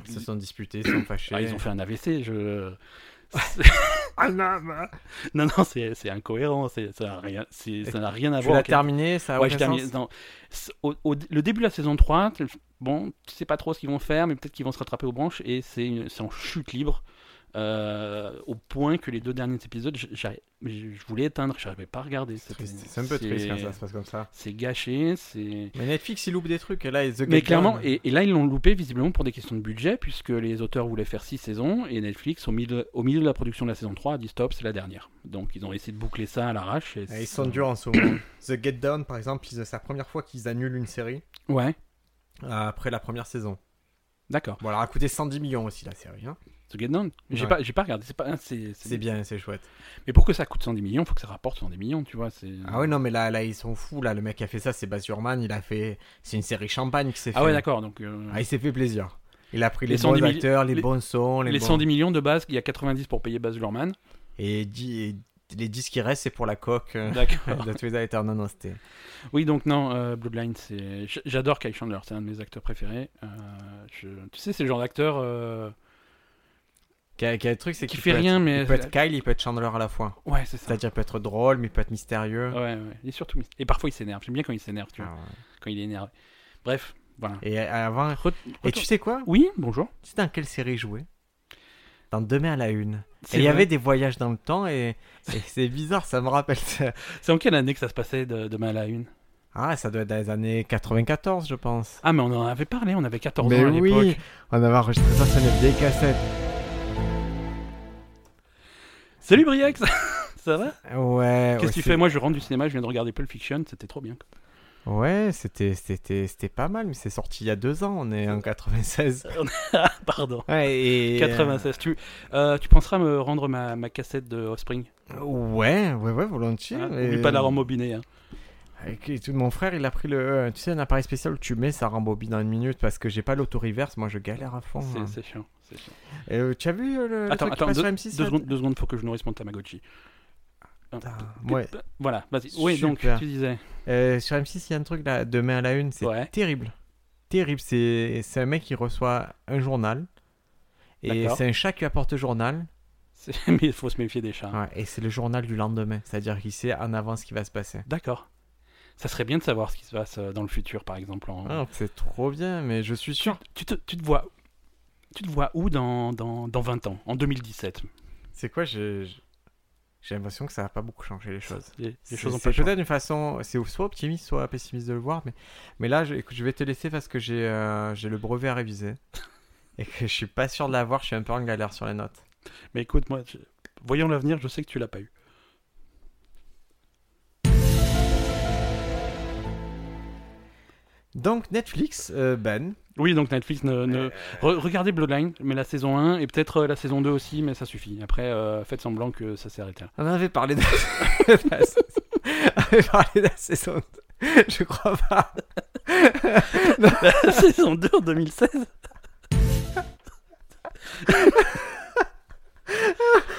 B: Ils se sont disputés, ils se sont fâchés.
A: Ah, ils ont fait un AVC. Je...
B: Ah, non, non.
A: non, non, c'est c'est incohérent. c'est- Ça n'a rien, c'est- ça n'a rien à
B: Tu
A: voir.
B: l'as
A: avec-
B: terminé, ça a
A: Ah, Ouais,
B: aucun
A: je termine.
B: sens
A: Non. C'est- au- au- le début de la saison 3, tu- bon, tu sais pas trop ce qu'ils vont faire, mais peut-être qu'ils vont se rattraper aux branches, et c'est une- c'est en chute libre, euh, au point que les deux derniers épisodes, j- j'arri- je je voulais éteindre, j'arrivais pas à regarder.
B: C'est
A: C'était-
B: triste, C'est un peu triste
A: c'est-
B: quand ça se passe comme ça.
A: C'est gâché, c'est...
B: Mais Netflix, ils loupent des trucs, et là, ils The
A: Mais
B: Get
A: clairement,
B: Down.
A: et, et là ils l'ont loupé visiblement pour des questions de budget, puisque les auteurs voulaient faire 6 saisons, et Netflix, au milieu, au milieu de la production de la saison 3, a dit stop, c'est la dernière. Donc ils ont essayé de boucler ça à l'arrache. et
B: Eh, Ils
A: c'est-
B: sont durs en ce moment. The Get Down, par exemple, ils- c'est la première fois qu'ils annulent une série
A: Ouais,
B: euh, après la première saison.
A: d'accord.
B: Bon, alors, elle a coûté 110 millions aussi, la série. hein.
A: The Get Down J'ai
B: Ouais.
A: pas, j'ai pas regardé. C'est pas, c'est, c'est-
B: C'est bien, c'est chouette.
A: Mais pour que ça coûte 110 millions, faut que ça rapporte 110 millions, tu vois. C'est...
B: Ah ouais, non, mais là, là, ils sont fous. Là, le mec qui a fait ça, c'est Baz Luhrmann. Il a fait. C'est une série champagne qui s'est
A: Ah
B: fait.
A: ouais, d'accord. Donc, euh,
B: Ah, il s'est fait plaisir. Il a pris
A: Les
B: les,
A: 110
B: bons
A: 000
B: acteurs, les,
A: les-
B: bons sons, les,
A: les
B: bons-
A: 110 millions de base, il y a 90 pour payer Baz Luhrmann.
B: Et, dix- et les 10 qui restent, c'est pour la coque euh,
A: D'accord.
B: de Twilight Eternal. Non, non, c'était.
A: oui, donc non, euh, Bloodline, c'est... j- j'adore Kyle Chandler, c'est un de mes acteurs préférés. Euh, je- Tu sais, c'est le genre d'acteur. euh,
B: Quel, quel truc, c'est
A: Qui
B: qu'il
A: fait
B: peut
A: rien,
B: être-
A: mais-
B: Il peut être Kyle, il peut être Chandler à la fois.
A: Ouais, c'est ça.
B: C'est-à-dire, il peut être drôle, mais il peut être mystérieux.
A: Ouais, ouais. Et surtout, mis- et parfois il s'énerve. J'aime bien quand il s'énerve, tu vois,
B: Ah, ouais.
A: quand il est énervé. Bref, voilà.
B: Et euh, avant.
A: Re-
B: Et
A: retour-
B: tu sais quoi
A: Oui, bonjour.
B: Tu sais dans quelle série jouer Dans Demain à la Une. Et
A: C'est
B: il y
A: vrai.
B: avait des voyages dans le temps, et, et c'est bizarre, ça me rappelle ça.
A: C'est en quelle année que ça se passait de, de mal à la une
B: Ah, ça doit être dans les années 94, je pense.
A: Ah, mais on en avait parlé, on avait 14
B: Mais
A: ans à l'époque.
B: oui, on avait enregistré ça sur une vieille cassette.
A: Salut Briac, ça, ça va
B: Ouais.
A: Qu'est-ce
B: Ah, ouais,
A: que tu
B: c'est-
A: fais Moi je rentre du cinéma, je viens de regarder Pulp Fiction, c'était trop bien.
B: Ouais, c'était, c'était, c'était pas mal, mais c'est sorti il y a deux ans, on est en 96.
A: Ah, Pardon.
B: Ouais, et...
A: 96. Tu, euh, tu penseras me rendre ma, ma cassette de Offspring
B: Ouais, ouais, ouais, volontiers.
A: hein
B: mais-
A: Oublie pas de la rembobiner. hein.
B: Ok, tout- Mon frère, il a pris le... euh, Tu sais, un appareil spécial où tu mets, ça rembobine dans une minute, parce que j'ai pas l'auto-reverse, moi je galère à fond.
A: C'est-
B: hein.
A: C'est chiant. c'est chiant.
B: Et, euh, tu as vu euh, le... le
A: Attends,
B: truc qui
A: attends,
B: passe
A: deux,
B: sur M6
A: deux
B: là
A: secondes, deux secondes, faut que je nourrisse mon Tamagotchi. Un,
B: Putain,
A: deux,
B: Ah, ouais.
A: deux, Voilà, vas-y. Oui, donc
B: Super.
A: tu disais.
B: Euh, sur M6, il y a un truc là, demain à la une, c'est
A: Ouais.
B: terrible. Terrible, c'est c'est un mec qui reçoit un journal. Et
A: D'accord.
B: c'est un chat qui apporte le journal.
A: c'est- Mais il faut se méfier des chats. hein.
B: Ouais, et c'est le journal du lendemain. C'est-à-dire qu'il sait en avance ce qui va se passer.
A: D'accord. Ça serait bien de savoir ce qui se passe euh, dans le futur, par exemple. en-
B: Ah, c'est trop bien, mais je suis sûr.
A: tu, te, tu te vois. Tu te vois où dans, dans, dans 20 ans En 2017
B: C'est quoi J'ai j'ai- j'ai l'impression que ça va pas beaucoup changer les choses.
A: Les, les
B: C'est-
A: choses ont
B: c'est
A: pas changé.
B: peut-être une façon, c'est soit optimiste, soit pessimiste de le voir, mais, mais là, je, écoute, je vais te laisser parce que j'ai euh, j'ai le brevet à réviser et que je suis pas sûr de l'avoir, je suis un peu en galère sur les notes.
A: Mais écoute, moi, je- voyons l'avenir, je sais que tu l'as pas eu.
B: Donc Netflix, euh, Ben.
A: Oui, donc Netflix, ne, ne- Re- regardez Bloodline, mais la saison 1 et peut-être euh, la saison 2 aussi, mais ça suffit. Après, euh, faites semblant que ça s'est arrêté là.
B: On avait parlé de... on avait parlé de la saison 2. Je crois pas.
A: la saison 2 en
B: Ah,
A: 2016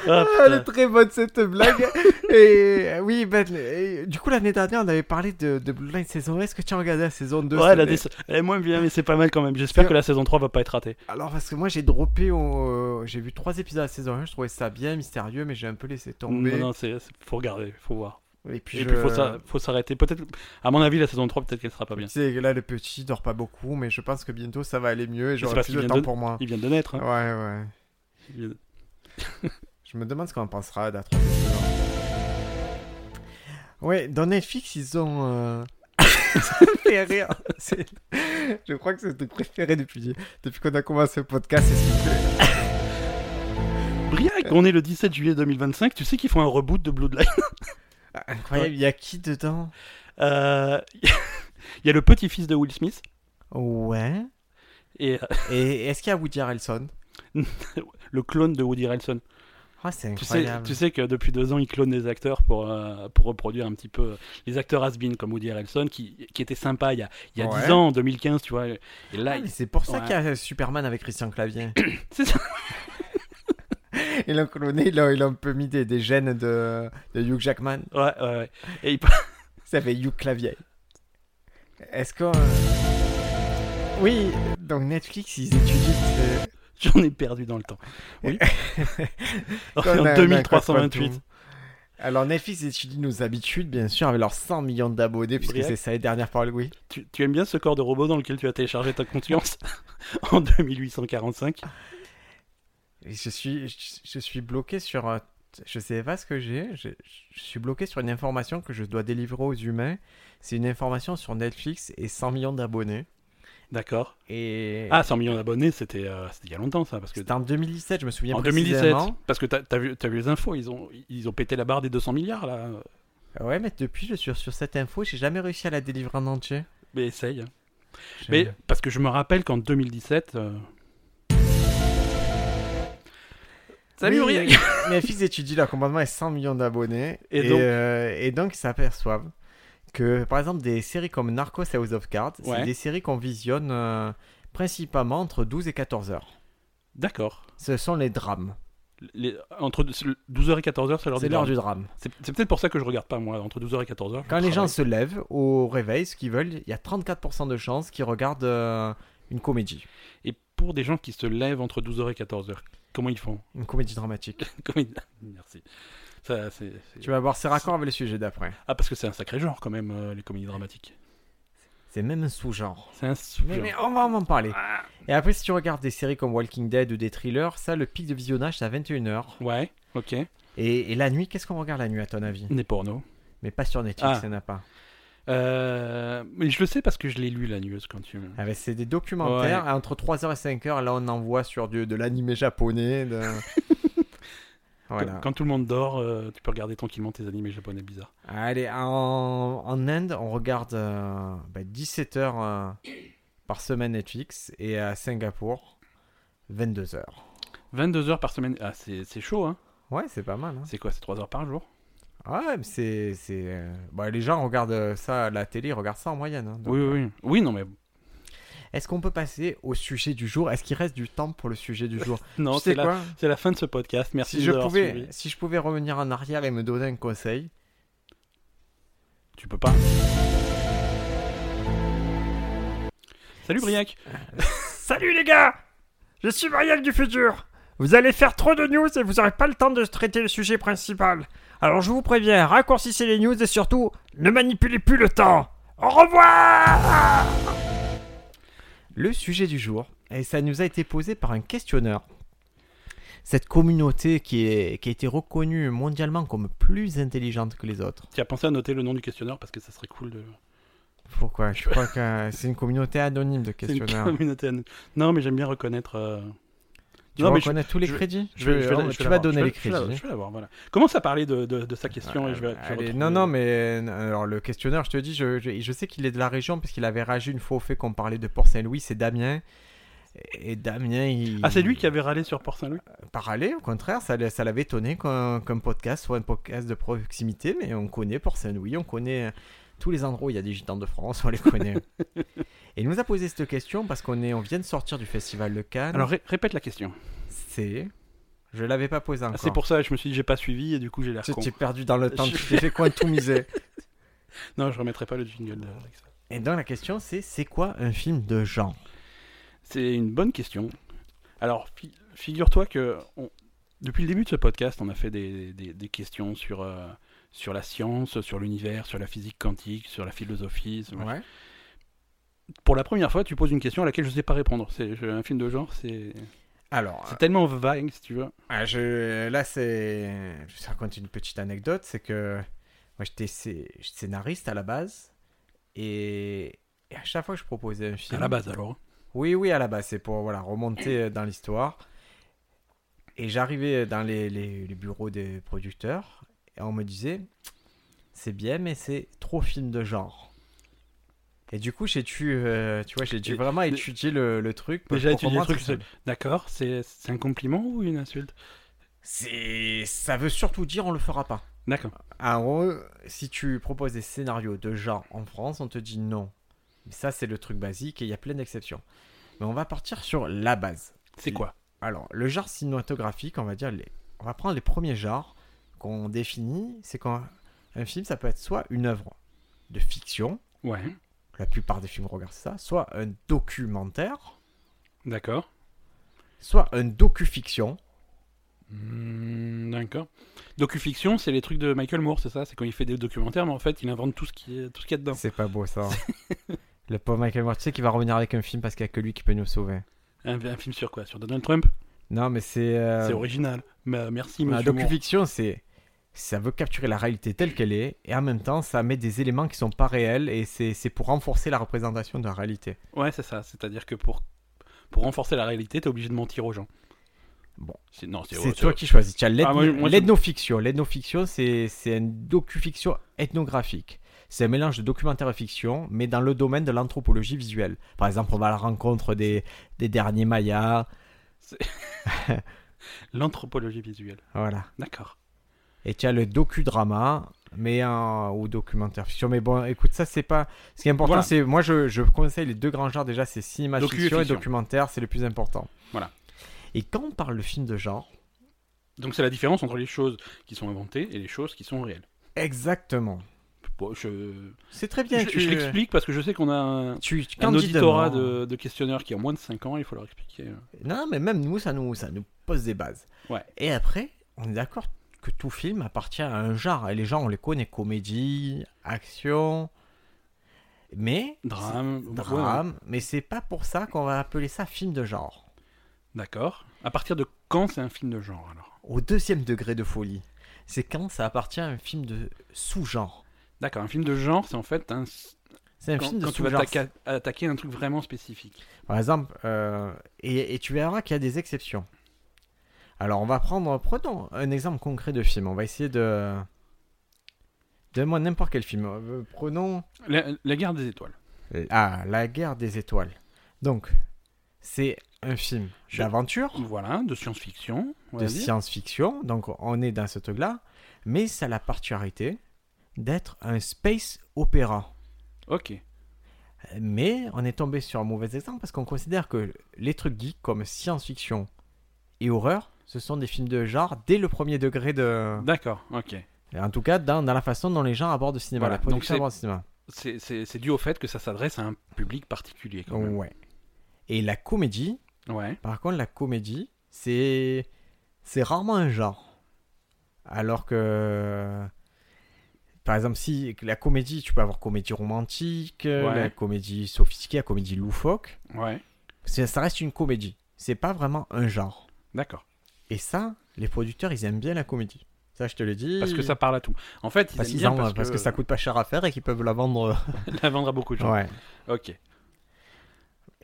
A: Ah,
B: Elle est
A: putain.
B: très bonne cette blague. et euh, oui, ben, le- et du coup, l'année dernière, on avait parlé de, de Blue Line saison 1. Est-ce que tu as regardé la saison 2
A: Ouais,
B: s'il
A: la
B: te plaît
A: dé- elle est moins bien, mais c'est pas mal quand même. J'espère que la saison 3 va pas être ratée.
B: Alors, parce que moi, j'ai droppé. au- euh, J'ai vu trois épisodes de la saison 1. Je trouvais ça bien mystérieux, mais j'ai un peu laissé tomber.
A: Non, non, c'est c'est- faut regarder, faut voir.
B: Et puis,
A: Et
B: je-
A: puis euh, faut s'a- faut s'arrêter. Peut-être, à mon avis, la saison 3, peut-être qu'elle sera pas bien.
B: Tu sais, là, le petit dort pas beaucoup, mais je pense que bientôt ça va aller mieux et j'aurai
A: parce
B: plus
A: qu'il
B: de
A: vient
B: temps
A: de-
B: pour moi.
A: Il vient de naître. hein.
B: Ouais, ouais.
A: Il vient de-
B: Je me demande ce qu'on en pensera d'attraper Ouais, dans Netflix, ils ont. euh, ça me fait rire. C'est- Je crois que c'est ton préféré depuis, depuis qu'on a commencé le podcast. c'est ce qui me fait.
A: Briac, on est le 17 juillet 2025. Tu sais qu'ils font un reboot de Bloodline.
B: Ah, incroyable, il y a qui dedans
A: Euh, Il y a le petit-fils de Will Smith.
B: Ouais.
A: Et euh,
B: Et est-ce qu'il y a Woody Harrelson
A: le clone de Woody Harrelson.
B: Ah, c'est
A: Tu sais,
B: incroyable.
A: tu sais que depuis deux ans, ils clonent des acteurs pour, euh, pour reproduire un petit peu euh, les acteurs has-been comme Woody Harrelson qui, qui était sympa il y a, il y a
B: Ouais.
A: 10 ans, en 2015, tu vois. Et là,
B: Ah, mais
A: il-
B: c'est pour ça
A: Ouais.
B: qu'il y a Superman avec Christian Clavier.
A: c'est ça.
B: Ils l'ont cloné, ils l'ont- ils l'ont un peu mis des, des gènes de, de Hugh Jackman.
A: Ouais, ouais, ouais. Et il-
B: Ça fait You Clavier. Est-ce que. Oui, donc Netflix, ils étudient. euh,
A: j'en ai perdu dans le temps. Oui. On est
B: qu'on a-
A: en
B: on a
A: 2328.
B: Quantum. Alors Netflix étudie nos habitudes, bien sûr, avec leurs 100 millions d'abonnés, puisque
A: Briac.
B: c'est ça les dernières paroles, oui.
A: Tu, tu aimes bien ce corps de robot dans lequel tu as téléchargé ta conscience en 2845
B: Ah. Et je suis, je, je suis bloqué sur. euh, Je sais pas ce que j'ai. Je, je suis bloqué sur une information que je dois délivrer aux humains. C'est une information sur Netflix et 100 millions d'abonnés.
A: D'accord.
B: Et.
A: Ah, 100 millions d'abonnés, c'était euh, c'était il y a longtemps ça. Parce que
B: C'était en 2017, je me souviens
A: en 2017,
B: précisément.
A: parce que t'as t'as vu, t'as vu les infos, ils ont, ils ont pété la barre des 200 milliards là.
B: Ah Ouais, mais depuis, je suis sur cette info, j'ai jamais réussi à la délivrer en entier.
A: Mais essaye.
B: Je-
A: Mais parce que je me rappelle qu'en 2017. euh, Salut
B: Oui,
A: Aurélien
B: Netflix étudie leur commandement à 100 millions d'abonnés.
A: Et
B: Et,
A: donc
B: euh, et donc, ils s'aperçoivent que, par exemple, des séries comme Narcos et House of Cards,
A: Ouais.
B: c'est des séries qu'on visionne euh, principalement entre 12 et 14 heures.
A: D'accord.
B: Ce sont les drames.
A: Les- Entre 12h et 14h, c'est l'heure
B: C'est
A: du
B: l'heure
A: drame. Ah
B: du drame.
A: C'est c'est peut-être pour ça que je regarde pas moi, entre 12h et 14h.
B: Quand les gens se lèvent au réveil, ce qu'ils veulent, il y a 34% de chances qu'ils regardent euh, une comédie.
A: Et pour des gens qui se lèvent entre 12h et 14h, comment ils font
B: Une comédie dramatique.
A: Comment ils- Merci. Ça, c'est- c'est-
B: tu vas voir, c'est raccord avec le sujet d'après.
A: Ah, parce que c'est un sacré genre quand même, euh, les comédies dramatiques.
B: C'est même un sous-genre.
A: C'est un sous
B: Mais, mais on va en parler.
A: Ah.
B: Et après, si tu regardes des séries comme Walking Dead ou des thrillers, ça, le pic de visionnage, c'est à 21h.
A: Ouais, ok.
B: Et, et la nuit, qu'est-ce qu'on regarde la nuit, à ton avis
A: Des pornos.
B: Mais pas sur Netflix,
A: Ah.
B: ça n'a pas.
A: Euh, Mais je le sais parce que je l'ai lu la news quand tu.
B: Ah ben, c'est des documentaires, et entre 3h et 5h, là, on en voit sur du- de l'animé japonais. de- voilà.
A: Quand tout le monde dort, euh, tu peux regarder tranquillement tes animés japonais bizarres.
B: Allez, en, en Inde, on regarde euh, ben, 17h euh, par semaine Netflix, et à Singapour, 22h.
A: 22 heures par semaine. Ah, c'est c'est chaud, hein.
B: Ouais, c'est pas mal. hein.
A: C'est quoi C'est 3 heures par jour
B: Ah Ouais, mais c'est. c'est, euh, bah, les gens regardent euh, ça à la télé, ils regardent ça en moyenne. hein. Donc,
A: Oui, oui, oui. Oui, non, mais.
B: Est-ce qu'on peut passer au sujet du jour Est-ce qu'il reste du temps pour le sujet du jour
A: Non,
B: Tu sais
A: c'est la...
B: quoi
A: c'est la fin de ce podcast. Merci
B: si
A: de
B: je,
A: l'avoir
B: pouvais,
A: suivi.
B: si je pouvais revenir en arrière et me donner un conseil,
A: Tu peux pas. Salut Briac
C: Salut les gars Je suis Marielle du futur Vous allez faire trop de news et vous n'aurez pas le temps de traiter le sujet principal. Alors je vous préviens, raccourcissez les news et surtout, ne manipulez plus le temps Au revoir
B: le sujet du jour, et ça nous a été posé par un questionneur. Cette communauté qui, est, qui a été reconnue mondialement comme plus intelligente que les autres.
A: Tu as pensé à noter le nom du questionneur parce que ça serait cool de.
B: Pourquoi Je crois que c'est une communauté anonyme de
A: C'est une
B: questionneurs.
A: communauté à nous. Non, mais j'aime bien reconnaître. euh,
B: Tu
A: non,
B: vas
A: mais je,
B: reconnaître tous les
A: je vais-
B: crédits
A: je vais, je vais la-
B: Tu
A: je vais la
B: vas
A: voir,
B: donner
A: je vais-
B: les
A: je vais la-
B: crédits. hein.
A: Je vais l'avoir, voilà. Commence à parler de, de- de sa question et je vais. je vais
B: Allez,
A: retrouver-
B: non, non, mais euh, alors, le questionneur, je te dis, je, je- je sais qu'il est de la région parce qu'il avait réagi une fois au fait qu'on parlait de Port-Saint-Louis, c'est Damien. Et Damien, il. Ah,
A: Ah, c'est lui qui avait râlé sur Port Saint-Louis
B: Parlé, au contraire, ça, l'a- ça l'avait étonné qu'un, qu'un podcast soit un podcast de proximité, mais on connaît Port-Saint-Louis, on connaît euh, tous les endroits où il y a des gitans de France, on les connaît. Et il nous a posé cette question parce qu'on est, on vient de sortir du festival de Cannes.
A: Alors ré- répète la question.
B: c'est. Je l'avais pas posé encore.
A: Ah, C'est pour ça, je me suis dit, j'ai pas suivi et du coup, j'ai l'air
B: Tu
A: con.
B: t'es perdu dans le temps,
A: Je-
B: tu t'es fait quantumiser.
A: Non, je remettrai pas le jingle de- avec ça.
B: Et donc la question c'est c'est quoi un film de genre
A: C'est une bonne question. Alors, fi- figure-toi que on- depuis le début de ce podcast, on a fait des, des- des questions sur, euh, sur la science, sur l'univers, sur la physique quantique, sur la philosophie. sur- Pour la première fois, tu poses une question à laquelle je sais pas répondre. C'est je- un film de genre, c'est
B: Alors euh,
A: c'est tellement vague, si tu veux.
B: Ah, je, là, c'est. Je vous raconte une petite anecdote c'est que moi, j'étais scé- j'étais scénariste à la base. Et... et à chaque fois que je proposais un
A: À
B: film.
A: la base, alors.
B: Oui, oui, à la base. C'est pour voilà, remonter euh, dans l'histoire. Et j'arrivais euh, dans les, les- les bureaux des producteurs. Et on me disait c'est bien, mais c'est trop film de genre. Et du coup, j'ai dû, euh, tu vois, j'ai dû
A: Et-
B: vraiment étudier le, le truc. pour-
A: Déjà
B: pour
A: étudié le
B: comprendre
A: truc.
B: ce que ça-
A: c'est- D'accord, c'est c'est un compliment ou une insulte
B: C'est, ça veut surtout dire on le fera pas.
A: D'accord.
B: En gros, si tu proposes des scénarios de genre en France, on te dit non. Mais ça, c'est le truc basique et il y a plein d'exceptions. Mais on va partir sur la base.
A: C'est quoi
B: Alors, le genre cinématographique, on va dire, les... on va prendre les premiers genres qu'on définit. C'est quand un film, ça peut être soit une œuvre de fiction,
A: Ouais,
B: la plupart des films regardent ça, soit un documentaire,
A: d'accord.
B: soit un docu-fiction.
A: Hmm, D'accord. Docu-fiction, c'est les trucs de Michael Moore, c'est ça C'est quand il fait des documentaires, mais en fait, il invente tout ce qui est, tout ce qu'il y a dedans.
B: C'est pas beau ça. le pauvre Michael Moore, tu sais qu'il va revenir avec un film parce qu'il n'y a que lui qui peut nous sauver.
A: Un, un film sur quoi Sur Donald Trump
B: Non, mais c'est. euh,
A: C'est original. Mais, merci,
B: La
A: monsieur Moore.
B: docu-fiction, c'est. Ça veut capturer la réalité telle qu'elle est, et en même temps, ça met des éléments qui sont pas réels, et c'est c'est pour renforcer la représentation de la réalité.
A: Ouais, c'est ça. C'est-à-dire que pour, pour renforcer la réalité, t'es obligé de mentir aux gens.
B: Bon.
A: C'est- Non, c'est
B: C'est
A: c'est-
B: toi qui choisis. Tu as l'eth-
A: Ah, moi, moi, je-
B: l'ethnofiction. L'ethnofiction, c'est c'est une docu-fiction ethnographique. C'est un mélange de documentaire et fiction, mais dans le domaine de l'anthropologie visuelle. Par exemple, on va à la rencontre des, des derniers Mayas.
A: L'anthropologie visuelle.
B: Voilà.
A: D'accord.
B: Et tu as le docu-drama, mais en- ou documentaire fiction. Mais bon, écoute, ça, c'est pas. Ce qui est important,
A: Voilà.
B: c'est. Moi, je, je conseille les deux grands genres déjà, c'est cinéma
A: Docu et
B: fiction et
A: fiction.
B: documentaire, c'est le plus important.
A: Voilà.
B: Et quand on parle de film de genre,
A: Donc, c'est la différence entre les choses qui sont inventées et les choses qui sont réelles.
B: exactement.
A: Bon, je
B: C'est très bien.
A: je,
B: tu
A: je l'explique parce que je sais qu'on a un,
B: Tu,
A: un
B: candidement-
A: auditorat de, de questionneurs qui ont moins de 5 ans, il faut leur expliquer. euh,
B: Non, mais même nous, ça nous, ça nous pose des bases.
A: Ouais.
B: Et après, on est d'accord que tout film appartient à un genre. Et les genres, on les connaît comédie, action. Mais.
A: Drame, ouais,
B: drame, mais c'est pas pour ça qu'on va appeler ça film de genre.
A: D'accord. À partir de quand c'est un film de genre alors
B: Au deuxième degré de folie, c'est quand ça appartient à un film de sous-genre.
A: D'accord, un film de genre, c'est en fait un...
B: C'est un
A: quand,
B: film de
A: quand tu vas
B: sous-genre.
A: attaquer, attaquer un truc vraiment spécifique.
B: Par exemple, euh, et, et tu verras qu'il y a des exceptions. Alors, on va prendre, prenons un exemple concret de film. On va essayer de. Donne-moi n'importe quel film. Euh, Prenons.
A: La, la guerre des étoiles.
B: Ah, La guerre des étoiles. Donc, c'est un film
A: Je-
B: d'aventure.
A: Voilà, de science-fiction. on va
B: de
A: dire.
B: science-fiction, donc on est dans ce truc-là, mais ça a la particularité d'être un space opéra.
A: Ok.
B: Mais on est tombé sur un mauvais exemple parce qu'on considère que les trucs geeks comme science-fiction et horreur, ce sont des films de genre dès le premier degré de...
A: D'accord, ok.
B: En tout cas, dans, dans la façon dont les gens abordent le cinéma,
A: Voilà,
B: la
A: donc
B: production
A: c'est-
B: aborde le cinéma.
A: C'est- C'est c'est dû au fait que ça s'adresse à un public particulier quand même.
B: Ouais. Et la comédie,
A: Ouais.
B: Par contre, la comédie, c'est c'est rarement un genre. Alors que par exemple, si la comédie, tu peux avoir comédie romantique,
A: Ouais.
B: la comédie sophistiquée, la comédie loufoque,
A: Ouais.
B: C'est- ça reste une comédie. C'est pas vraiment un genre.
A: D'accord.
B: Et ça, les producteurs, ils aiment bien la comédie. Ça, je te le dis.
A: Parce que ça parle à tout. En fait, ils
B: parce
A: aiment
B: qu'ils
A: bien
B: en-
A: parce,
B: parce que ça coûte pas cher à faire et qu'ils peuvent la vendre. euh,
A: la vendre à beaucoup de gens.
B: Ouais.
A: Ok.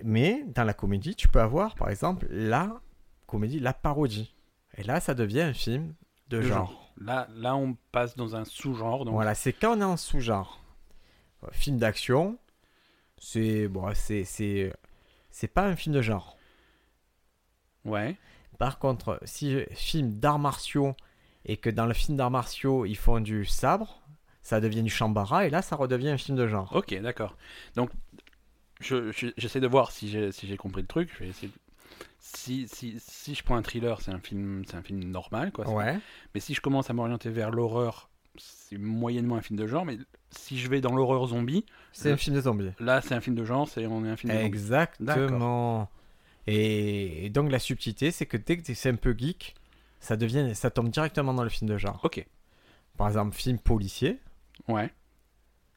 B: Mais dans la comédie, tu peux avoir, par exemple, la comédie, la parodie. Et là, ça devient un film de
A: De
B: genre.
A: genre. Là, là, on passe dans un sous-genre. donc-
B: Voilà, c'est quand on est en sous-genre. Euh, Film d'action, c'est bon, c'est c'est c'est pas un film de genre.
A: Ouais.
B: Par contre, si je- film d'arts martiaux et que dans le film d'arts martiaux ils font du sabre, ça devient du chambara et là ça redevient un film de genre.
A: Ok, d'accord. Donc, je- je- j'essaie de voir si j'ai si j'ai compris le truc. Je vais essayer de- si, si, si je prends un thriller, c'est un film, c'est un film normal, quoi. c'est-
B: Ouais.
A: Mais si je commence à m'orienter vers l'horreur, c'est moyennement un film de genre. Mais si je vais dans l'horreur zombie,
B: C'est un film de zombie.
A: là, c'est un film de genre, c'est on est un film de zombie.
B: Exactement. Et, et donc la subtilité, c'est que dès que t'es- c'est un peu geek, ça devient, ça tombe directement dans le film de genre.
A: Ok.
B: Par exemple, film policier,
A: Ouais.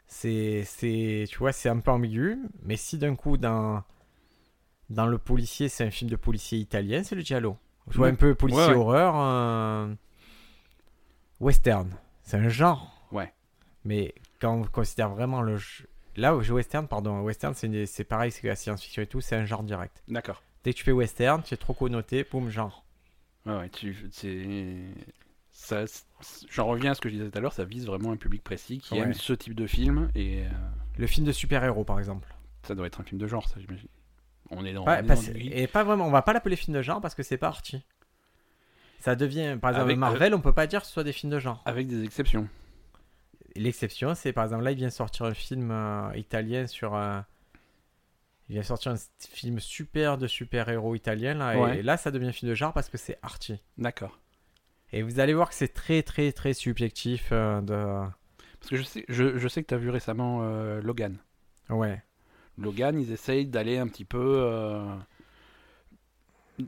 B: c'est, c'est, tu vois, c'est un peu ambigu, mais si d'un coup dans dans le policier, c'est un film de policier italien, c'est le giallo. Tu vois
A: Ouais.
B: un peu policier
A: Ouais, ouais.
B: horreur, euh, western, c'est un genre.
A: Ouais.
B: Mais quand on considère vraiment le, g- là, au- western, pardon, western, c'est, une- c'est pareil, c'est la science-fiction et tout, c'est un genre direct.
A: D'accord.
B: Dès que tu fais western, tu es trop connoté, boum, genre.
A: Ouais, ouais, tu, c'est, ça, c'est- j'en reviens à ce que je disais tout à l'heure, ça vise vraiment un public précis qui
B: Ouais.
A: aime ce type de film et euh,
B: Le film de super-héros, par exemple.
A: ça doit être un film de genre, ça j'imagine. On est dans,
B: Pas-
A: on est
B: pas-
A: dans du geek.
B: bah, et pas vraiment, on va pas l'appeler film de genre parce que c'est pas arty. Ça devient, par exemple,
A: Avec, euh,
B: Marvel, on peut pas dire que ce soit des films de genre.
A: avec des exceptions.
B: L'exception, c'est par exemple, là, il vient sortir un film euh, italien sur. euh, il vient sortir un s- film super de super-héros italien, là, et-
A: Ouais.
B: et là, ça devient film de genre parce que c'est arty.
A: D'accord.
B: Et vous allez voir que c'est très, très, très subjectif euh, de.
A: Parce que je sais, je, je sais que tu as vu récemment euh, Logan.
B: Ouais.
A: Logan, ils essayent d'aller un petit peu. euh,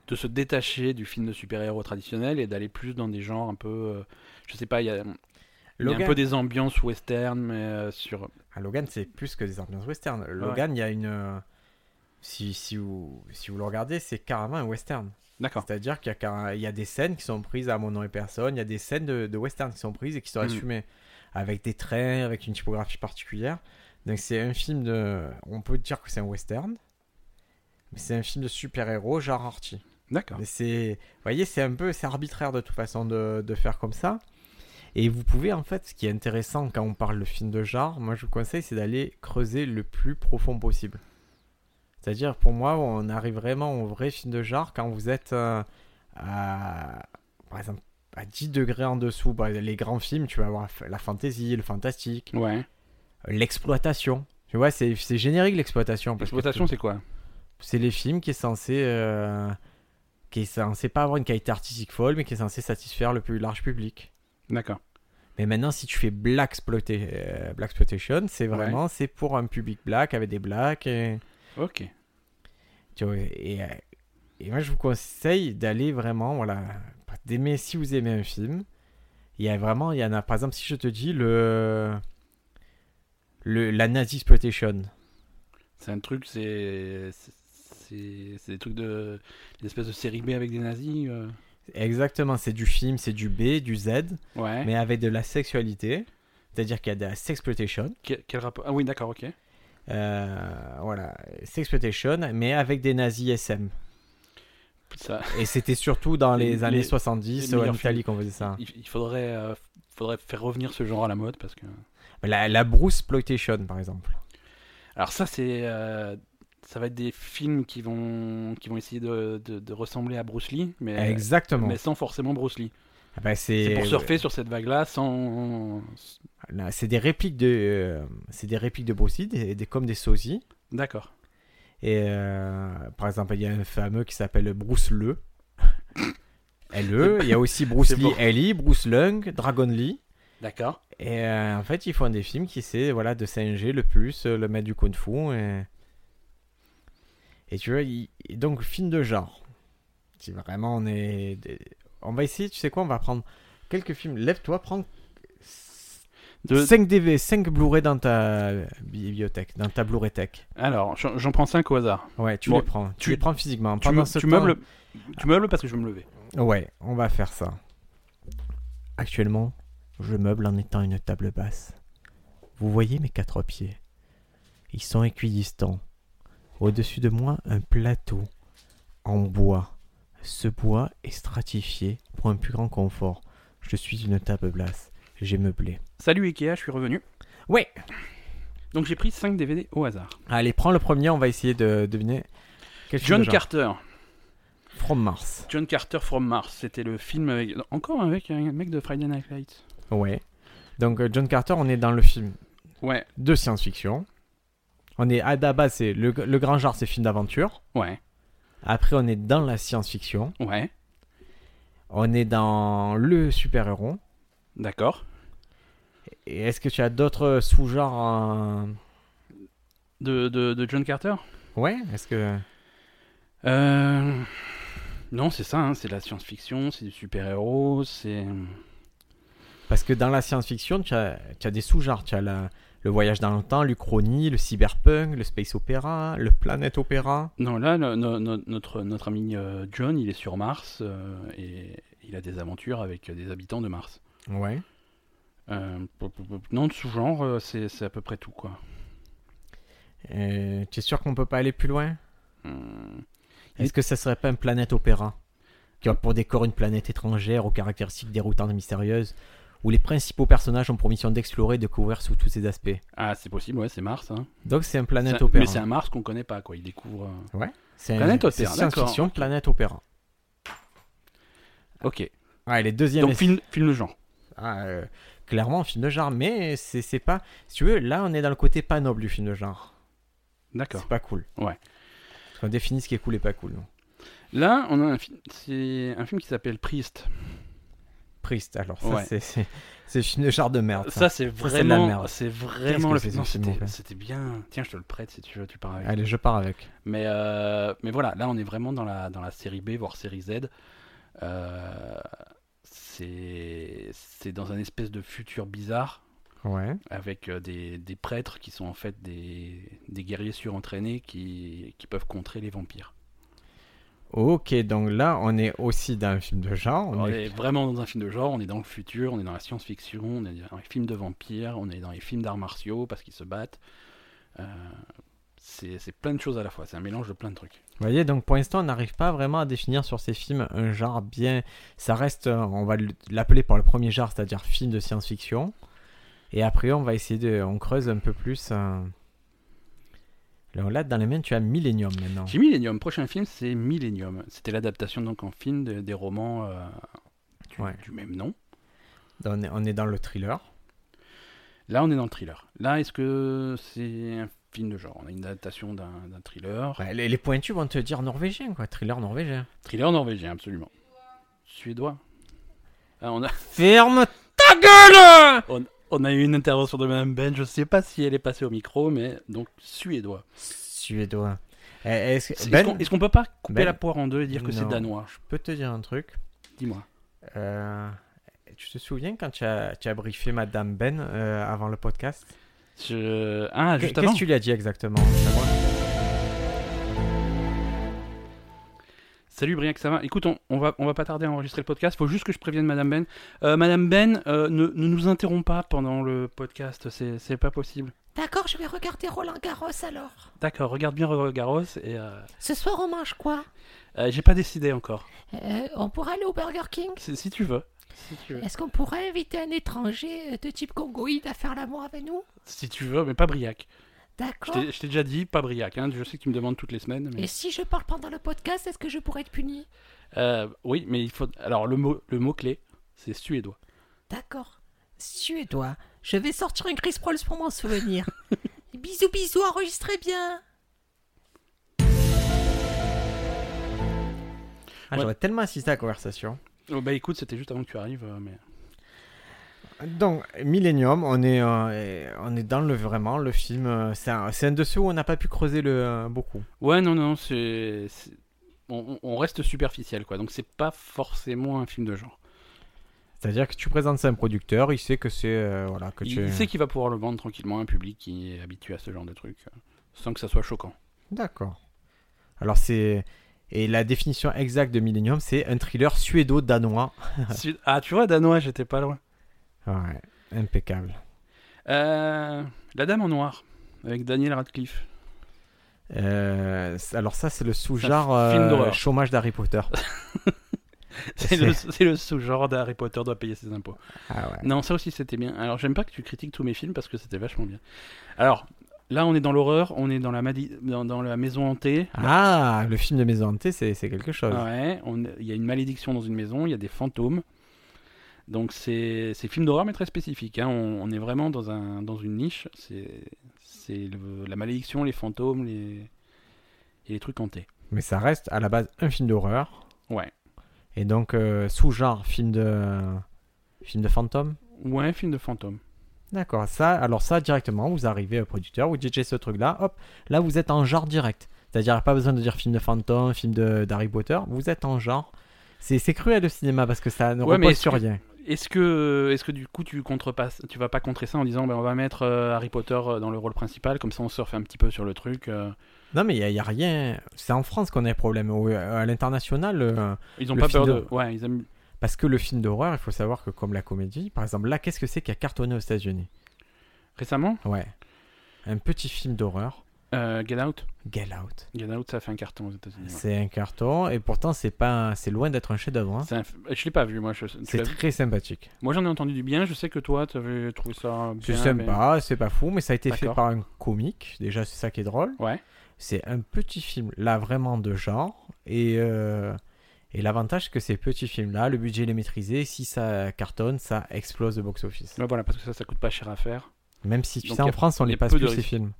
A: de se détacher du film de super-héros traditionnel et d'aller plus dans des genres un peu. euh, je sais pas, il y a, il y a
B: Logan.
A: un peu des ambiances western, mais euh, sur.
B: Ah, Logan, c'est plus que des ambiances western. Logan, il y a une. euh, Si, si, vous, si vous le regardez, c'est carrément un western.
A: D'accord.
B: C'est-à-dire qu'il y, a carré- il y a des scènes qui sont prises à mon nom et personne, il y a des scènes de, de western qui sont prises et qui sont
A: Mhm.
B: assumées avec des traits, avec une typographie particulière. Donc c'est un film de. On peut dire que c'est un western, mais c'est un film de super-héros, genre arty.
A: D'accord.
B: Mais c'est, vous voyez, c'est un peu, c'est arbitraire de toute façon de, de faire comme ça. Et vous pouvez en fait, ce qui est intéressant quand on parle de film de genre, moi je vous conseille, c'est d'aller creuser le plus profond possible. C'est-à-dire, pour moi, on arrive vraiment au vrai film de genre quand vous êtes euh, à, par exemple, à 10 degrés en dessous. Par exemple, les grands films, tu vas avoir la fantasy, le fantastique,
A: Ouais.
B: l'exploitation. Tu vois, c'est c'est générique l'exploitation. parce que
A: L'exploitation, c'est quoi
B: c'est les films qui est censé euh, qui est censé pas avoir une qualité artistique folle mais qui est censé satisfaire le plus large public
A: D'accord.
B: mais maintenant si tu fais black exploitation black exploitation c'est vraiment c'est pour un public black avec des blacks et,
A: Ok.
B: tu vois, et, euh, et moi je vous conseille d'aller vraiment voilà d'aimer si vous aimez un film il y a vraiment il y en a par exemple si je te dis le le la nazi exploitation
A: C'est un truc, c'est. c'est- C'est c'est des trucs de. Des espèces de série B avec des nazis euh.
B: exactement c'est du film c'est du B du Z
A: Ouais.
B: mais avec de la sexualité. C'est-à-dire qu'il y a de la sexploitation.
A: Quel, quel rapport Ah oui, d'accord, ok.
B: Euh, voilà, sexploitation, mais avec des nazis SM.
A: Ça,
B: Et c'était surtout dans les,
A: Les-
B: années
A: les
B: 70
A: meilleurs
B: en
A: films.
B: Italie qu'on faisait ça.
A: il, il faudrait, euh, faudrait faire revenir ce genre à la mode parce que.
B: La, la Bruce Exploitation, par exemple.
A: Alors ça, c'est, euh, ça va être des films qui vont, qui vont essayer de, de- de ressembler à Bruce Lee, mais,
B: Exactement.
A: mais sans forcément Bruce Lee.
B: Ah bah,
A: C'est
B: c'est
A: pour surfer sur cette vague-là, sans.
B: là, c'est des répliques de, euh, c'est des répliques de Bruce Lee, des, des- comme des sosies.
A: D'accord.
B: Et euh, par exemple, il y a un fameux qui s'appelle Bruce Le. LE. Il y a aussi Bruce
A: c'est
B: Lee,
A: pour-
B: Ellie, Bruce Lung, Dragon Lee.
A: D'accord.
B: Et euh, en fait, ils font des films qui essaient voilà, de singer le plus euh, le maître du kung fu. Et, et tu vois, il- et donc, film de genre. Si vraiment on est. On va essayer, tu sais quoi, on va prendre quelques films. Lève-toi, prends
A: De-
B: 5 DV, 5 Blu-ray dans ta bibliothèque, dans ta Blu-ray tech.
A: Alors, j'en j'en prends 5 au hasard.
B: Ouais, tu
A: Bon,
B: les prends. Tu,
A: tu-
B: les prends physiquement.
A: Tu,
B: Pendant
A: me-
B: ce
A: tu
B: temps-
A: meubles, tu meubles parce que je vais me lever.
B: Ouais, on va faire ça. Actuellement, je meuble en étant une table basse. Vous voyez mes quatre pieds. Ils sont équidistants. Au-dessus de moi, un plateau en bois. Ce bois est stratifié pour un plus grand confort. Je suis une table basse. J'ai meublé.
A: Salut Ikea, je suis revenu.
B: Ouais.
A: Donc j'ai pris 5 DVD au hasard.
B: Allez, prends le premier, on va essayer de deviner. Quel film
A: John
B: de genre.
A: Carter.
B: From Mars.
A: John Carter from Mars. C'était le film avec. Encore avec un mec de Friday Night Lights.
B: Ouais. Donc euh, John Carter, on est dans le film
A: Ouais,
B: de science-fiction. On est à la base, c'est le, le grand genre, c'est film d'aventure.
A: ouais.
B: Après, on est dans la science-fiction.
A: Ouais,
B: On est dans le super-héros.
A: d'accord.
B: Et est-ce que tu as d'autres sous-genres euh,
A: De, de, de John Carter
B: Ouais, est-ce que.
A: Euh, Non, c'est ça, hein, c'est de la science-fiction, c'est du super-héros, c'est.
B: Parce que dans la science-fiction, tu as, tu as des sous-genres. Tu as la- le voyage dans le temps, l'uchronie, le cyberpunk, le space opéra, le planète opéra.
A: Non, là, le- no- no- notre, notre ami euh, John, il est sur Mars euh, et il a des aventures avec des habitants de Mars.
B: Ouais.
A: Euh, pop, pop, pop. non, de sous-genre, euh, c'est c'est à peu près tout, quoi.
B: Euh, tu es sûr qu'on peut pas aller plus loin
A: Hum,
B: Est-ce que ça serait pas un planète opéra Tu vois, pour décorer une planète étrangère aux caractéristiques déroutantes et mystérieuses, où les principaux personnages ont pour mission d'explorer et de découvrir sous tous ses aspects.
A: Ah, c'est possible, ouais, c'est Mars. Hein.
B: Donc c'est un hein.
A: C'est
B: planète
A: un-
B: opéra.
A: mais c'est un Mars qu'on connaît pas, quoi. Il découvre. euh,
B: C'est un-
A: planète opéra,
B: c'est
A: d'accord.
B: science-fiction, planète opéra.
A: Ok.
B: Ouais, les deuxièmes.
A: Donc, film, film le genre.
B: Ah, euh, clairement, un film de genre, mais c'est c'est pas. Si tu veux, là, on est dans le côté pas noble du film de genre.
A: D'accord.
B: C'est pas cool.
A: Ouais.
B: Parce qu'on définit ce qui est cool et pas cool.
A: Là, on a un film. C'est un film qui s'appelle Priest.
B: Priest, alors ça,
A: Ouais.
B: c'est- c'est c'est un film de genre de merde. ça.
A: Ça, c'est
B: c'est de la
A: vraiment.
B: merde.
A: C'est
B: Qu'est-ce
A: vraiment
B: que
A: le
B: c'est ce
A: Non,
B: film, en
A: c'était
B: fait
A: c'était bien. Tiens, je te le prête si tu veux, tu pars avec.
B: Allez, je pars avec.
A: Mais, euh, mais voilà, là on est vraiment dans la, dans la série B, voire série Z. Euh, c'est c'est dans un espèce de futur bizarre
B: Ouais.
A: avec euh, des, des prêtres qui sont en fait des, des guerriers surentraînés qui, qui peuvent contrer les vampires.
B: Ok, donc là, on est aussi dans un film de genre. on
A: On
B: est-
A: est vraiment dans un film de genre, on est dans le futur, on est dans la science-fiction, on est dans les films de vampires, on est dans les films d'arts martiaux parce qu'ils se battent. Euh, c'est c'est plein de choses à la fois, c'est un mélange de plein de trucs.
B: Vous voyez, donc pour l'instant, on n'arrive pas vraiment à définir sur ces films un genre bien. Ça reste, euh, on va l- l'appeler par le premier genre, c'est-à-dire film de science-fiction. Et après, on va essayer de. On creuse un peu plus. euh, Alors là, dans les mains, tu as Millennium maintenant.
A: J'ai Millennium. Prochain film, c'est Millennium. C'était l'adaptation donc en film de- des romans euh, du,
B: Ouais.
A: du même nom.
B: On est, on est dans le thriller.
A: Là, on est dans le thriller. Là, est-ce que c'est un film de genre On a une adaptation d'un d'un thriller.
B: Ouais, les, les pointus vont te dire norvégien, quoi. Thriller norvégien.
A: Thriller norvégien, absolument. Suédois. Ah, on, a,
B: Ferme ta gueule
A: on a eu une intervention de Madame Ben. Je sais pas si elle est passée au micro, mais donc suédois.
B: Suédois. Eh, Est-ce
A: Est-ce
B: que. Ben,
A: qu'on est-ce qu'on peut pas couper
B: Ben-
A: la poire en deux et dire que c'est
B: Non.
A: danois
B: je peux te dire un truc.
A: Dis-moi.
B: Euh, tu te souviens quand tu as, tu as briefé Madame Ben euh, avant le podcast
A: Je... Ah,
B: Qu'est-
A: juste
B: Qu'est-ce
A: avant.
B: que tu lui as dit exactement Ça va
A: Salut Briac, ça va Écoute, on, on va, on va pas tarder à enregistrer le podcast. Faut juste que je prévienne Madame Ben. Euh, Madame Ben, euh, ne, ne nous interromps pas pendant le podcast. C'est c'est pas possible.
D: D'accord, je vais regarder Roland Garros alors.
A: D'accord, regarde bien Roland Garros. Et euh,
D: Ce soir, on mange quoi
A: euh, j'ai pas décidé encore.
D: Euh, On pourrait aller au Burger King
A: Si si tu veux. Si tu veux.
D: Est-ce qu'on pourrait inviter un étranger euh, de type congoïde à faire l'amour avec nous
A: Si tu veux, mais pas Briac. Je
D: D'accord.
A: t'ai- je t'ai déjà dit, pas Briac. hein. Je sais que tu me demandes toutes les semaines. mais-
D: Et si je parle pendant le podcast, est-ce que je pourrais être puni
A: Euh, oui, mais il faut. Alors, le mot, le mot clé, c'est suédois.
D: D'accord. Suédois, je vais sortir un Chris Prolls pour mon souvenir. bisous, bisous, enregistrez bien.
B: Ah, J'aurais tellement assisté à la conversation.
A: Oh, bah écoute, c'était juste avant que tu arrives. euh, mais...
B: Donc, Millennium, on est, euh, on est dans le vraiment le film. euh, C'est un, c'est un de ceux où on n'a pas pu creuser le, euh, beaucoup.
A: Ouais, non, non, c'est. c'est- On, on reste superficiel, quoi. Donc, c'est pas forcément un film de genre.
B: C'est-à-dire que tu présentes ça à un producteur, il sait que c'est. euh, voilà, que
A: Il,
B: tu.
A: il sait qu'il va pouvoir le vendre tranquillement à un public qui est habitué à ce genre de truc, euh, sans que ça soit choquant.
B: D'accord. Alors, c'est. Et la définition exacte de Millennium, c'est un thriller suédo-danois.
A: Su- ah, tu vois, Danois, j'étais pas loin.
B: Ouais, impeccable.
A: Euh, La Dame en Noir, avec Daniel Radcliffe.
B: Euh, c- alors ça, c'est le sous-genre
A: C'est un film
B: euh,
A: d'horreur.
B: chômage d'Harry Potter.
A: C'est le, c'est le sous-genre d'Harry Potter doit payer ses impôts.
B: ah ouais.
A: Non, ça aussi, c'était bien. Alors, j'aime pas que tu critiques tous mes films parce que c'était vachement bien. Alors, là, on est dans l'horreur, on est dans la, madi- dans, dans la maison hantée.
B: Ah, le film de Maison Hantée, c'est c'est quelque chose.
A: Ouais, on- il y a une malédiction dans une maison, il y a des fantômes. Donc c'est c'est film d'horreur mais très spécifique. hein. On, on est vraiment dans, un, dans une niche. C'est c'est le- la malédiction, les fantômes les, et les trucs hantés.
B: Mais ça reste à la base un film d'horreur.
A: Ouais.
B: Et donc, euh, sous-genre, film de. Film de fantôme
A: Ouais, film de fantôme.
B: D'accord, ça, alors ça directement, vous arrivez au producteur, vous dites j'ai ce truc-là, hop, là vous êtes en genre direct. C'est-à-dire pas besoin de dire film de fantôme, film de d'Harry Potter, vous êtes en genre. C'est c'est cruel le cinéma parce que ça ne
A: Ouais, mais
B: repose
A: est-ce
B: sur
A: que-
B: rien.
A: Est-ce que, est-ce que du coup tu contrepasses, tu vas pas contrer ça en disant ben, on va mettre euh, Harry Potter euh, dans le rôle principal, comme ça on surfe un petit peu sur le truc. euh.
B: Non mais il n'y a, rien, c'est en France qu'on a des problèmes, Au- à l'international, euh,
A: Ils ont
B: Le
A: pas peur
B: film
A: de. Ouais, ils aiment.
B: parce que le film d'horreur, il faut savoir que comme la comédie, par exemple là, qu'est-ce que c'est qui a cartonné aux États-Unis
A: Récemment,
B: Ouais, un petit film d'horreur,
A: euh, Get Out.
B: Get Out.
A: Get Out, ça a fait un carton aux États-Unis. ouais.
B: C'est un carton et pourtant c'est pas, un- c'est loin d'être un chef-d'œuvre. hein.
A: C'est un f- Je l'ai pas vu, moi. Je... tu
B: C'est
A: l'as vu
B: très sympathique.
A: Moi, j'en ai entendu du bien. Je sais que toi, tu avais trouvé ça
B: C'est
A: bien. Ah, mais-
B: sympa, c'est pas fou, mais ça a été fait
A: D'accord.
B: par un comique. Déjà, c'est ça qui est drôle.
A: Ouais.
B: C'est un petit film, là, vraiment de genre. Et, euh, et l'avantage, c'est que ces petits films-là, le budget il est maîtrisé. Si ça cartonne, ça explose le box-office.
A: Ouais, bah, voilà, parce que ça, ça coûte pas cher à faire.
B: Même si, tu
A: Donc,
B: sais,
A: y
B: en
A: a-
B: France, on
A: y a
B: les passe
A: peu de
B: plus, ces
A: risques.
B: films.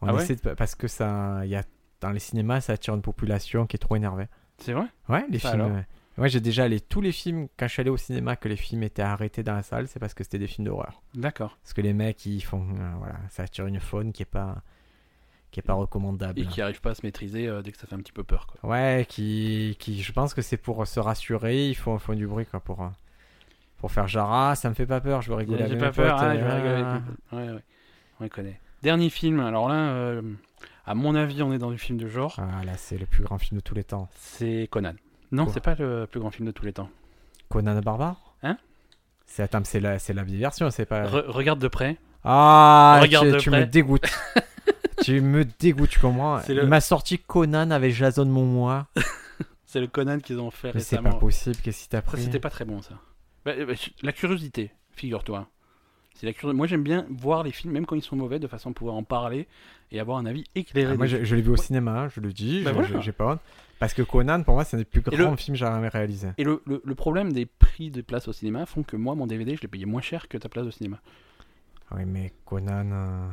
B: On
A: Ah ouais
B: essaie de pas- parce que ça, y a, dans les cinémas, ça attire une population qui est trop énervée.
A: C'est vrai
B: Ouais, les
A: Ça
B: films.
A: alors
B: ouais. Moi, j'ai déjà allé tous les films. Quand je suis allé au cinéma, que les films étaient arrêtés dans la salle, c'est parce que c'était des films d'horreur.
A: D'accord.
B: Parce que les mecs, ils font. euh, voilà, ça attire une faune qui est pas, qui est pas recommandable.
A: Et qui arrive pas à se maîtriser euh, dès que ça fait un petit peu peur. Quoi.
B: Ouais, qui, qui. Je pense que c'est pour euh, se rassurer, ils font, font du bruit, quoi, pour. euh, Pour faire genre, ah, ça me fait pas peur, je veux rigoler
A: J'ai
B: avec
A: pas
B: mes
A: peur,
B: potes,
A: hein,
B: euh,
A: je vais rigoler avec mes potes. Ouais, ouais. On les connaît. Dernier film, alors là, euh, à mon avis, on est dans du film de genre.
B: Ah, là, c'est le plus grand film de tous les temps.
A: C'est Conan. Non,
B: Quoi
A: c'est pas le plus grand film de tous les temps.
B: Conan le barbare
A: Hein
B: c'est, attends, mais c'est la, c'est la vieille version, c'est pas.
A: Re- regarde de près.
B: Ah,
A: Regarde
B: tu,
A: de
B: tu
A: près.
B: me dégoûtes. tu me dégoûtes, tu comprends
A: C'est le-
B: Il m'a sorti Conan avec Jason Momoa.
A: C'est le Conan qu'ils ont fait
B: Mais c'est
A: récemment.
B: pas possible, qu'est-ce que t'as
A: Après,
B: pris
A: c'était pas très bon, ça. Bah, euh, bah, la curiosité, figure-toi. C'est la curiosité. Moi, j'aime bien voir les films, même quand ils sont mauvais, de façon à pouvoir en parler et avoir un avis éclairé.
B: Ah, moi,
A: des
B: je, je l'ai vu au cinéma, hein, je le dis,
A: Bah
B: je-
A: voilà.
B: je- j'ai pas honte. Parce que Conan, pour moi, c'est un des plus
A: Et
B: grands
A: le-
B: films que j'ai jamais réalisé.
A: Et le, le- le problème des prix des places au cinéma font que moi, mon DVD, je l'ai payé moins cher que ta place au cinéma.
B: Ah Oui, mais Conan. euh,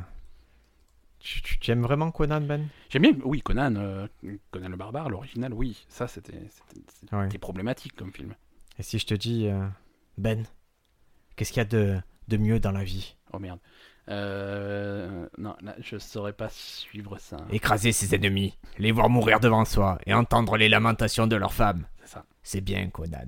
B: Tu, tu- tu aimes vraiment Conan, Ben
A: J'aime bien, oui, Conan, euh, Conan le barbare, l'original, oui, ça c'était c'était- c'était
B: Ah oui.
A: problématique comme film.
B: Et si je te dis, euh, Ben, qu'est-ce qu'il y a de, de mieux dans la vie
A: Oh merde. Euh, non, là, je saurais pas suivre ça.
B: Écraser ses ennemis, les voir mourir devant soi et entendre les lamentations de leurs femmes.
A: C'est ça.
B: C'est bien, Conan.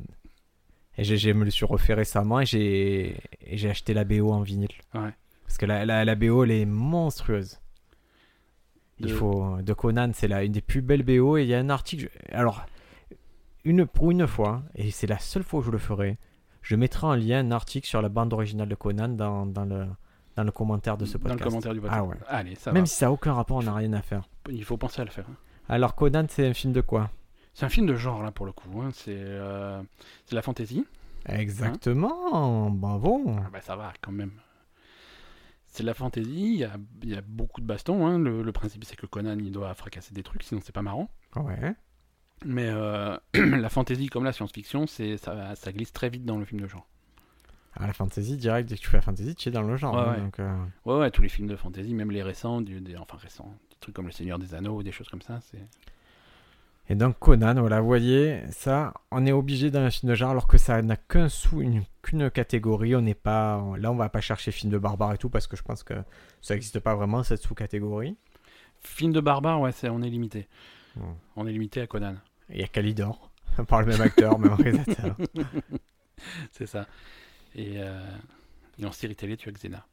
B: Et j'ai- je me le suis refait récemment et j'ai et j'ai acheté la BO en vinyle.
A: Ouais.
B: Parce que la, la, la BO, elle est monstrueuse. Il
A: De-
B: faut de Conan, c'est la une des plus belles BO et il y a un article. je- Alors une pour une fois et c'est la seule fois que je le ferai. Je mettrai en lien un article sur la bande originale de Conan dans, dans le dans le commentaire de ce
A: Dans
B: podcast.
A: le commentaire du podcast.
B: Ah ouais.
A: Allez, ça
B: Même
A: va.
B: si ça a aucun rapport, on n'a rien à faire.
A: Il faut penser à le faire. hein.
B: Alors Conan, c'est un film de quoi
A: C'est un film de genre, là, pour le coup. hein. C'est euh, c'est de la fantaisie.
B: Exactement. Bravo.
A: Ah bah ça va quand même. C'est de la fantaisie, il y a, il y a beaucoup de bastons. hein. Le, le principe, c'est que Conan, il doit fracasser des trucs, sinon c'est pas marrant.
B: Ouais.
A: Mais euh, la fantaisie, comme la science-fiction, c'est ça, ça glisse très vite dans le film de genre.
B: À la fantasy, direct, dès que tu fais la fantasy, tu es dans le genre.
A: Ouais,
B: hein,
A: ouais.
B: donc, euh,
A: Ouais, ouais, tous les films de fantaisie, même les récents, du- des, enfin récents, des trucs comme Le Seigneur des Anneaux, ou des choses comme ça, c'est...
B: Et donc Conan, voilà, vous voyez, ça, on est obligé d'un film de genre alors que ça n'a qu'un sou, une- qu'une catégorie. On n'est pas, on- là, on va pas chercher film de barbare et tout parce que je pense que ça n'existe pas vraiment cette sous-catégorie.
A: Film de barbare, ouais, c'est, on est limité.
B: Hmm.
A: On est limité à Conan,
B: Il y a Calidor, par le même acteur, même réalisateur.
A: c'est ça. Et, euh, et en série télé, tu as Xena.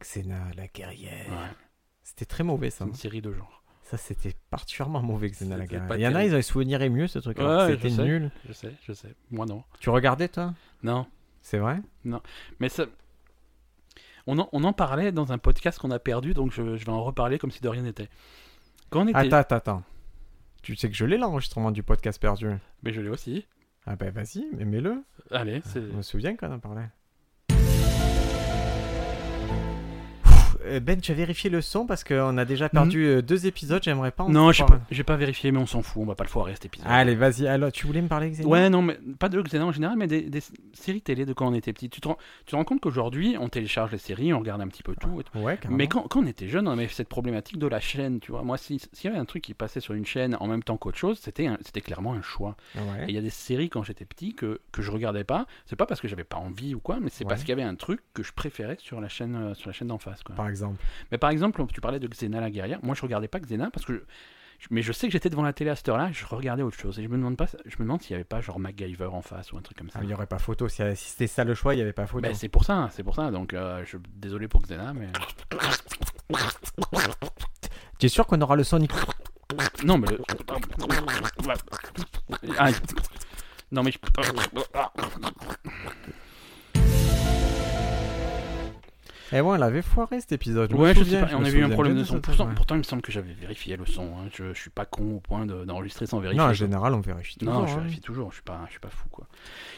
B: Xena, la guerrière.
A: Ouais,
B: C'était très mauvais
A: c'est
B: ça.
A: une série de genre,
B: Ça, c'était particulièrement mauvais Xena, la
A: C'était pas
B: guerrière. Il y en a,
A: terrible.
B: ils ont les souvenirs émus, ce truc.
A: Ouais,
B: alors que
A: ouais, je
B: c'était
A: sais.
B: nul.
A: je sais, je sais. Moi, non.
B: Tu regardais toi
A: Non,
B: C'est vrai
A: Mais ça... on, en, on en parlait dans un podcast qu'on a perdu, donc je, je vais en reparler comme si de rien n'était. Quand on était...
B: Attends, attends, attends. Tu sais que je l'ai l'enregistrement du podcast perdu.
A: Mais je l'ai aussi.
B: Ah bah vas-y, mais mets-le. Ah,
A: Allez, c'est...
B: Je me souviens qu'on en parlait. euh, Ben, tu as vérifié le son parce qu'on a déjà perdu euh, deux épisodes, j'aimerais pas en
A: Hmm. Non, j'ai
B: parler.
A: pas, j'ai pas vérifié, mais on s'en fout, on va pas le foirer cet épisode.
B: Allez, vas-y, alors tu voulais me parler, Xavier
A: Ouais, non, mais pas de Xena en général, mais des, des séries télé de quand on était petit. Tu te rends, tu te rends compte qu'aujourd'hui, on télécharge les séries, on regarde un petit peu tout. et tout.
B: Ouais, carrément.
A: Mais quand, quand on était jeune, on avait cette problématique de la chaîne, tu vois. Moi, si- s'il y avait un truc qui passait sur une chaîne en même temps qu'autre chose, c'était un- c'était clairement un choix.
B: Ah Ouais.
A: Et il y a des séries quand j'étais petit que, que je regardais pas. C'est pas parce que j'avais pas envie ou quoi, mais c'est
B: Ouais.
A: parce qu'il y avait un truc que je préférais sur la chaîne euh, sur la chaîne d'en face. Quoi.
B: Par exemple.
A: Mais par exemple, tu parlais de Xena la guerrière. Moi, je regardais pas Xena parce que. je- je- Mais je sais que j'étais devant la télé à cette heure-là, je regardais autre chose. Et je me demande pas, je me demande s'il y avait pas genre MacGyver en face ou un truc comme ça.
B: Ah, Il n'y aurait pas photo. Si, si c'était ça le choix, il n'y avait pas photo.
A: Ben, c'est pour ça, c'est pour ça. Donc, euh, je... désolé pour Xena, mais
B: tu es sûr qu'on aura le Sonic
A: non, mais le... Ah, non mais je-
B: Eh ouais, on l'avait foiré cet épisode. me
A: ouais, je sais
B: souviens,
A: pas. on
B: me
A: a eu un
B: souviens
A: problème
B: bien
A: de son.
B: cet
A: Pourtant,
B: épisode.
A: pourtant, il me semble que j'avais vérifié le son. hein. Je... je suis pas con au point de- d'enregistrer sans vérifier.
B: Non, en général, on vérifie toujours.
A: Non, je
B: hein.
A: vérifie toujours. Je suis pas, je suis pas fou quoi.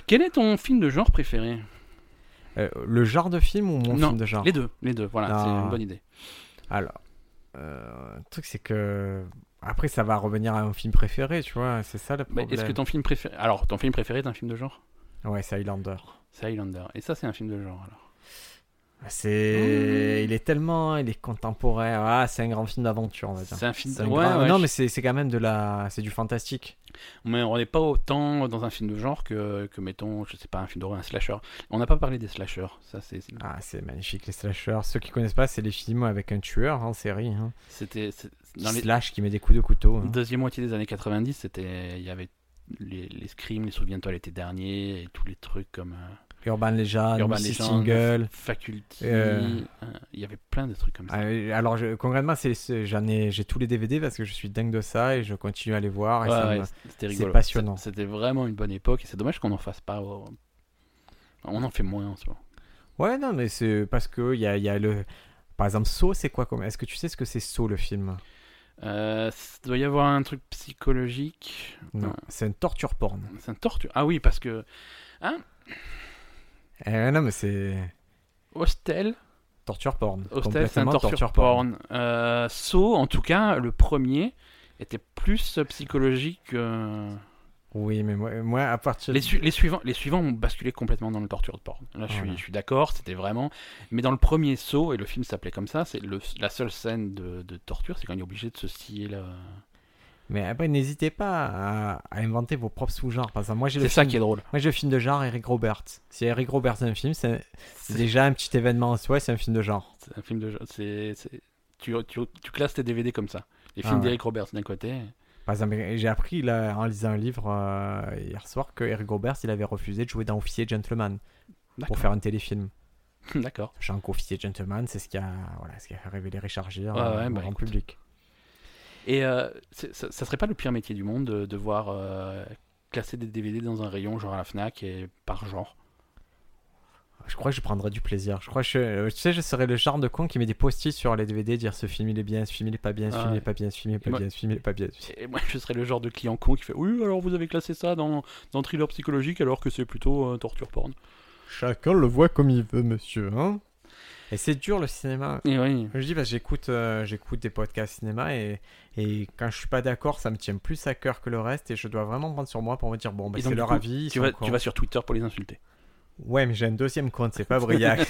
A: Quel est ton film de genre préféré
B: Euh, le genre de film ou mon
A: Non,
B: film de genre
A: Les deux, les deux. Voilà,
B: Non.
A: c'est une bonne idée.
B: Alors, euh, le truc, c'est que. Après, ça va revenir à un film préféré, tu vois. C'est ça le
A: Mais
B: problème.
A: est-ce que ton film préféré Alors, ton film préféré est un film de genre
B: Ouais, c'est Highlander.
A: C'est Highlander. Et ça, c'est un film de genre alors. Mmh.
B: C'est. Il est tellement. Il est contemporain. Ah, c'est un grand film d'aventure, on va dire.
A: C'est un film.
B: C'est
A: De...
B: un
A: Ouais,
B: grand-
A: ouais,
B: non,
A: je-
B: mais c'est c'est quand même de la. C'est du fantastique.
A: mais... on n'est pas autant dans un film de genre que, que mettons, je sais pas, un film d'horreur, un slasher. On n'a pas parlé des slashers. Ça, c'est. c'est-
B: Ah, c'est magnifique, les slashers. Ceux qui connaissent pas, c'est les films avec un tueur en série. Hein,
A: C'était c'est-
B: qui
A: dans les
B: slash, qui met des coups de couteau. hein.
A: deuxième moitié des années 90. C'était, il y avait les, les screams, les souviens-toi l'été dernier, et tous les trucs comme euh,
B: Urban Legend,
A: Urban
B: Missy
A: Legend,
B: Single.
A: Faculty.
B: Euh.
A: euh, Il y avait plein de trucs comme ça.
B: Euh, Alors, je, concrètement, c'est- c'est- j'en ai, j'ai tous les DVD parce que je suis dingue de ça et je continue à les voir. Et ça
A: Ouais,
B: me-
A: ouais, c'était
B: c'est
A: rigolo.
B: passionnant.
A: C'est- C'était vraiment une bonne époque et c'est dommage qu'on en fasse pas. au- On en fait moins en ce moment.
B: Ouais, non, mais c'est parce que il y a, il y a le. Par exemple, Saw, c'est quoi comme. Est-ce que tu sais ce que c'est Saw le film
A: Euh, c- doit y avoir un truc psychologique.
B: Non,
A: Ouais.
B: c'est une torture porn.
A: C'est un torture. Ah oui, parce que
B: Eh, non, mais c'est.
A: Hostel,
B: Torture porn.
A: Hostel c'est un
B: Complètement
A: torture, porn. Euh, Saw, en tout cas, le premier était plus psychologique. que-
B: Oui, mais moi, moi, à partir.
A: Les, su- les suivants, les suivants ont basculé complètement dans le torture porn. Là, je suis,
B: Voilà.
A: je suis d'accord, c'était vraiment. Mais dans le premier saut, et le film s'appelait comme ça, c'est le- la seule scène de, de torture, c'est quand il est obligé de se scier la.
B: Mais après, n'hésitez pas à, à inventer vos propres sous-genres. Par exemple, moi, j'ai le
A: C'est ça
B: film-
A: qui est drôle.
B: Moi, j'ai le film de genre Eric Roberts. Si Eric Roberts est un film, c'est c'est
A: C'est
B: déjà un petit événement en soi, c'est un film de genre.
A: c'est un film de. c'est- c'est- Tu, tu, tu classes tes DVD comme ça. Les films
B: Ah ouais.
A: d'Eric Roberts d'un côté.
B: Par exemple, j'ai appris là, en lisant un livre euh, hier soir que Eric Roberts, il avait refusé de jouer dans Officier Gentleman
A: D'accord.
B: pour faire un téléfilm.
A: D'accord.
B: Sachant qu'Officier Gentleman, c'est ce qui a, voilà, ce qui a révélé Richard Gere
A: Ouais,
B: euh,
A: ouais,
B: au
A: bah,
B: grand
A: écoute.
B: public.
A: Et euh, c'est- ça, ça serait pas le pire métier du monde de devoir euh, classer des DVD dans un rayon, genre à la Fnac, et par genre.
B: Je crois que je prendrais du plaisir. Je crois que je, euh, tu sais, je serais le genre de con qui met des post-it sur les DVD, dire ce film il est bien, ce film il est pas bien, ce
A: Ah
B: film il est
A: ouais.
B: pas bien, ce film il est pas
A: moi-
B: bien, ce film il est pas bien. ce film-
A: Et moi, je serais le genre de client con qui fait Oui, alors vous avez classé ça dans, dans thriller psychologique alors que c'est plutôt euh, torture porn.
B: Chacun le voit comme il veut, monsieur. Hein et c'est dur le cinéma.
A: Et oui.
B: Je dis parce que j'écoute, euh, j'écoute des podcasts cinéma et, et quand je suis pas d'accord, ça me tient plus à cœur que le reste et je dois vraiment prendre sur moi pour me dire bon, bah,
A: Et donc, du
B: c'est leur
A: coup,
B: avis. ils
A: Tu
B: sont
A: vas,
B: cons.
A: tu vas sur Twitter pour les insulter.
B: Ouais, mais j'ai un deuxième compte, c'est pas Briac.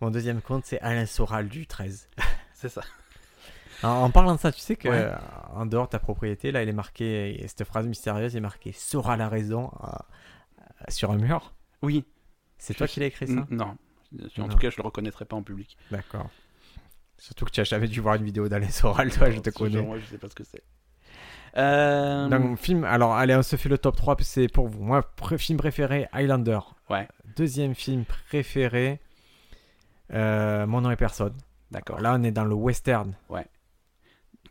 B: Mon deuxième compte, c'est Alain Soral du 13.
A: C'est ça.
B: En, en parlant de ça, tu sais que
A: Ouais.
B: euh, en dehors de ta propriété, là, il est marqué, et cette phrase mystérieuse est marquée Soral a raison euh, euh, sur un mur.
A: Oui.
B: C'est
A: Je
B: toi
A: sais-
B: qui l'as écrit ça
A: N- Non. En
B: Non.
A: tout cas, je le reconnaîtrai pas en public.
B: D'accord. Surtout que tu as jamais dû voir une vidéo d'Alain Soral, toi, je te
A: Parce que, genre,
B: connais.
A: Moi, je sais pas ce que c'est. Euh,
B: Donc, mon film, alors allez, on se fait le top 3, puis c'est pour vous. Moi, pr- film préféré, Highlander.
A: Ouais.
B: Deuxième film préféré, euh, Mon nom est personne.
A: D'accord.
B: Alors là, on est dans le western.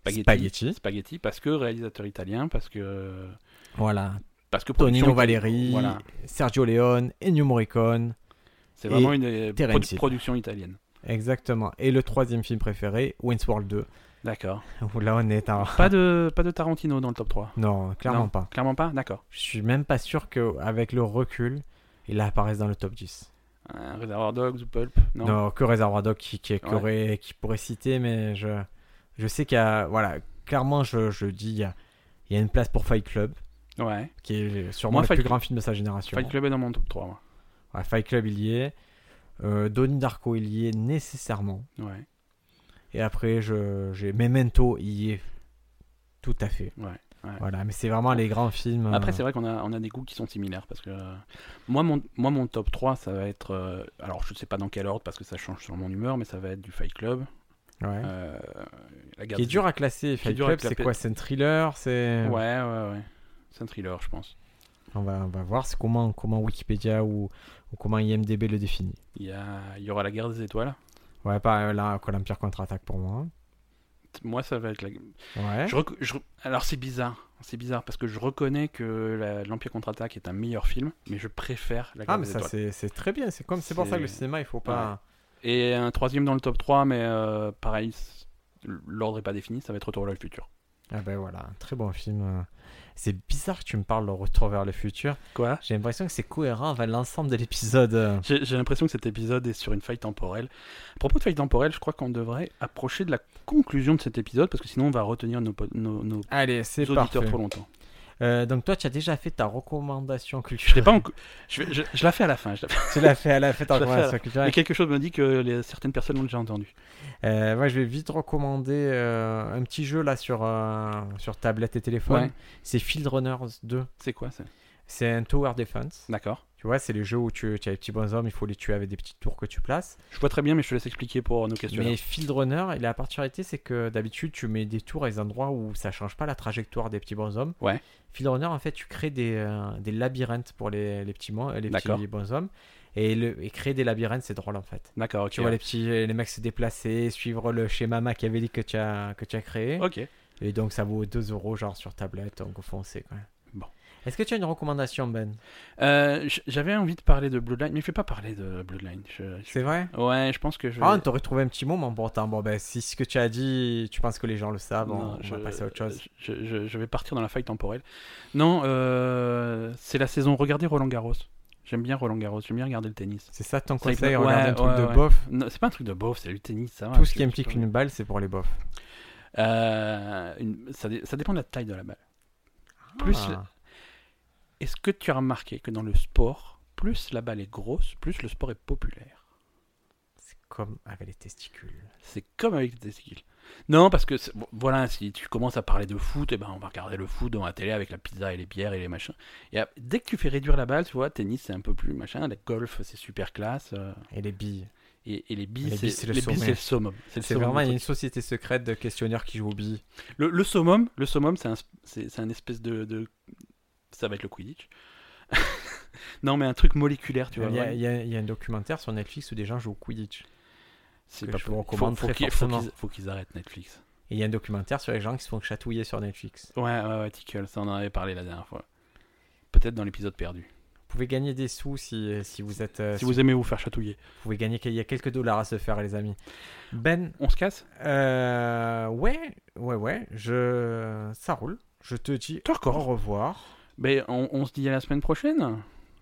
A: Spaghetti.
B: Spaghetti.
A: Spaghetti, parce que réalisateur italien, parce que.
B: Voilà.
A: Parce que
B: Tonino
A: production-
B: Valeri,
A: Voilà.
B: Sergio Leone, Ennio Morricone.
A: C'est
B: Et
A: vraiment une euh,
B: Terence
A: produ-
B: Hill.
A: production italienne.
B: Exactement. Et le troisième film préféré, Wayne's World 2.
A: D'accord.
B: Où là, on est en...
A: Pas de, pas de Tarantino dans le top 3.
B: Non, clairement
A: Non.
B: pas.
A: Clairement pas D'accord.
B: Je suis même pas sûr qu'avec le recul, il apparaisse dans le top 10.
A: Un Euh, Reservoir Dogs ou Pulp Non.
B: Non, que Reservoir Dogs qui, qui, qui
A: Ouais.
B: aurait- qui pourrait citer, mais je, je sais qu'il y a. Voilà, clairement, je, je dis, il y, a, il y a une place pour Fight Club,
A: Ouais.
B: qui est sûrement
A: Moi,
B: le
A: Fight
B: plus
A: Club-
B: grand film de sa génération.
A: Fight Club est dans mon top 3. Moi.
B: Ouais, Fight Club, il y est. Euh, Donnie Darko, il y est nécessairement.
A: Ouais.
B: Et après, je- j'ai Memento, il y est. Tout à fait.
A: Ouais, ouais.
B: Voilà, mais c'est vraiment les grands films.
A: Après,
B: euh,
A: c'est vrai qu'on a, on a des goûts qui sont similaires. Parce que euh, moi, mon, moi, mon top 3, ça va être. euh, alors, je sais pas dans quel ordre parce que ça change sur mon humeur, mais ça va être du Fight Club.
B: ouais.
A: euh, la garde
B: qui est
A: des-
B: dur hein, à classer. Fight
A: dur à
B: Club, c'est
A: clapper.
B: quoi C'est un thriller C'est.
A: Ouais, ouais, ouais. C'est un thriller, je pense.
B: On va, on va voir c'est comment, comment Wikipédia ou, ou comment IMDB le définit.
A: Il y, a- il y aura la guerre des étoiles.
B: Ouais, pas euh, là, quoi, l'Empire contre-attaque pour moi. hein.
A: Moi, ça va être la.
B: Ouais.
A: Je rec- je- Alors, c'est bizarre. C'est bizarre parce que je reconnais que la- l'Empire contre-attaque est un meilleur film, mais je préfère la guerre
B: Ah, mais
A: des
B: ça,
A: étoiles.
B: c'est c'est très bien. C'est comme, c'est pour ça que le
A: C'est-
B: cinéma, il faut pas.
A: Et un troisième dans le top 3, mais euh, pareil, c- l'ordre est pas défini, ça va être Retour vers le futur.
B: Ah, ben voilà, un très bon film. euh. C'est bizarre que tu me parles de Retour vers le futur.
A: Quoi
B: J'ai l'impression que c'est cohérent avec l'ensemble de l'épisode. euh.
A: J'ai j'ai l'impression que cet épisode est sur une faille temporelle. À propos de faille temporelle, je crois qu'on devrait approcher de la conclusion de cet épisode, parce que sinon on va retenir nos, po- nos- nos
B: Allez, c'est
A: auditeurs
B: parfait.
A: trop longtemps.
B: Euh, donc, toi, tu as déjà fait ta recommandation
A: Je, l'ai
B: culturelle.
A: pas enc- je, vais- je- je la fais à la fin. je la fais.
B: tu l'as fait à la fête en
A: Je l'ai fait à la-
B: recommandation
A: Mais
B: culturelle.
A: quelque chose me dit que les- certaines personnes l'ont déjà entendu.
B: Euh, moi, je vais vite recommander euh, un petit jeu là sur, euh, sur tablette et téléphone.
A: Ouais.
B: C'est Field Runners 2.
A: C'est quoi ça
B: C'est un Tower Defense.
A: D'accord.
B: Tu vois, c'est les jeux où tu, tu as les petits bonshommes, il faut les tuer avec des petites tours que tu places.
A: Je vois très bien, mais je te laisse expliquer pour nos questions.
B: Mais Field Runner, la particularité, c'est que d'habitude, tu mets des tours à des endroits où ça change pas la trajectoire des petits bonshommes.
A: Ouais.
B: Field Runner, en fait, tu crées des, euh, des labyrinthes pour les, les, petits, mon- les
A: D'accord.
B: petits bonshommes. Et, le, et créer des labyrinthes, c'est drôle en fait.
A: D'accord, ok.
B: Tu vois les petits les mecs se déplacer, suivre le schéma machiavélique que tu as, que tu as créé.
A: Ok.
B: Et donc ça vaut 2 euros genre sur tablette, donc au fond c'est quoi.
A: Bon.
B: Est-ce que tu as une recommandation Ben
A: Euh, j- J'avais envie de parler de Bloodline, mais je vais pas parler de Bloodline. Je- je-
B: C'est vrai
A: Ouais, je pense que je. vais-
B: Ah, on t'aurait trouvé un petit moment pourtant. Bon ben si ce que tu as dit, tu penses que les gens le savent, on-
A: Non,
B: on,
A: je-
B: va passer à autre chose.
A: Euh, Je, je- je vais partir dans la faille temporelle. Non, euh, c'est la saison. Regardez Roland Garros. J'aime bien Roland Garros. J'aime bien regarder le tennis.
B: C'est ça ton
A: Ça, il
B: conseil,
A: peut-
B: regarde
A: ouais,
B: un truc
A: ouais,
B: de
A: ouais.
B: bof.
A: Non, C'est pas un truc de beauf, c'est du tennis, ça va.
B: Tout ce
A: tu-
B: qui
A: tu
B: implique
A: peux-
B: une balle, c'est pour les bofs.
A: Euh, une- ça, dé- ça dépend de la taille de la balle. Plus
B: Ah.
A: la- Est-ce que tu as remarqué que dans le sport, plus la balle est grosse, plus le sport est populaire
B: C'est comme avec les testicules.
A: C'est comme avec les testicules. Non, parce que c'est- bon, voilà, si tu commences à parler de foot, eh ben on va regarder le foot dans la télé avec la pizza et les bières et les machins. Et ap- dès que tu fais réduire la balle, tu vois, tennis c'est un peu plus machin, le golf c'est super classe, euh,
B: Et les billes.
A: et, et les billes
B: Les
A: c'est
B: billes, c'est le
A: les billes,
B: sommet.
A: c'est le summum. C'est le
B: C'est
A: summum
B: vraiment
A: du
B: une
A: truc.
B: société secrète de questionneurs qui jouent aux billes.
A: Le, le summum, le summum, c'est un, sp- c'est c'est un espèce de, de- ça va être le quidditch. non, mais un truc moléculaire, tu vois.
B: il, y a,
A: vraiment.
B: il y a- il y a un documentaire sur Netflix où des gens jouent au Quidditch.
A: C'est
B: que
A: pas
B: je vous
A: pour-
B: recommande
A: faut, faut
B: très
A: qu'ils- faut
B: fortement.
A: qu'ils- faut qu'ils arrêtent Netflix.
B: Et il y a un documentaire sur les gens qui se font chatouiller sur Netflix.
A: Ouais, ouais, ouais, Tickle, ça on en avait parlé la dernière fois. Peut-être dans l'épisode perdu.
B: Vous pouvez gagner des sous si, si vous êtes. euh,
A: Si
B: si
A: vous aimez vous faire chatouiller.
B: vous pouvez gagner, il y a quelques dollars à se faire, les amis. Ben,
A: On se casse
B: euh, ouais, ouais, ouais, je, ça roule. Je te dis au revoir.
A: Ben, on, on se dit à la semaine prochaine.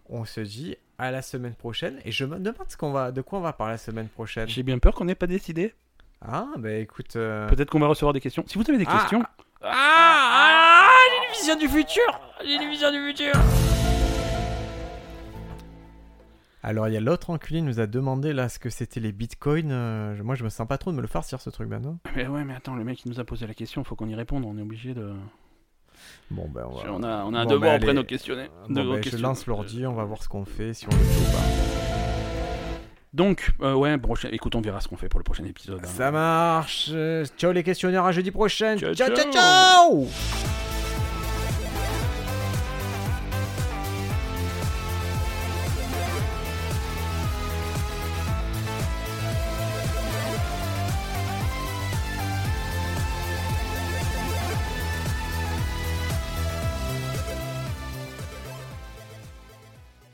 B: On se dit à la semaine prochaine. Et je me demande ce qu'on va, de quoi on va parler la semaine prochaine.
A: J'ai bien peur qu'on n'ait pas décidé.
B: Ah, bah écoute. euh,
A: Peut-être qu'on va recevoir des questions. Si vous avez des
B: Ah,
A: questions,
D: Ah, ah, j'ai une vision du futur J'ai une vision du futur
B: Alors, il y a l'autre enculé qui nous a demandé là ce que c'était les bitcoins. Euh, je- moi, je me sens pas trop de me le farcir ce truc, ben non.
A: mais ouais, mais attends, le mec qui nous a posé la question, faut qu'on y réponde. On est obligé de.
B: Bon, ben voilà.
A: On a, on a un
B: Bon,
A: devoir
B: ben,
A: auprès
B: allez.
A: de nos questionnaires.
B: Euh,
A: de
B: bon,
A: nos
B: ben, je
A: questions.
B: lance l'ordi,
D: Euh,
B: on va voir ce qu'on fait, si on le fait ou pas.
A: Donc, euh, ouais, prochain... écoute, on verra ce qu'on fait pour le prochain épisode. hein.
B: Ça marche. Euh, Ciao les questionnaires à jeudi prochain.
A: Ciao,
B: ciao. ciao,
A: ciao.
B: ciao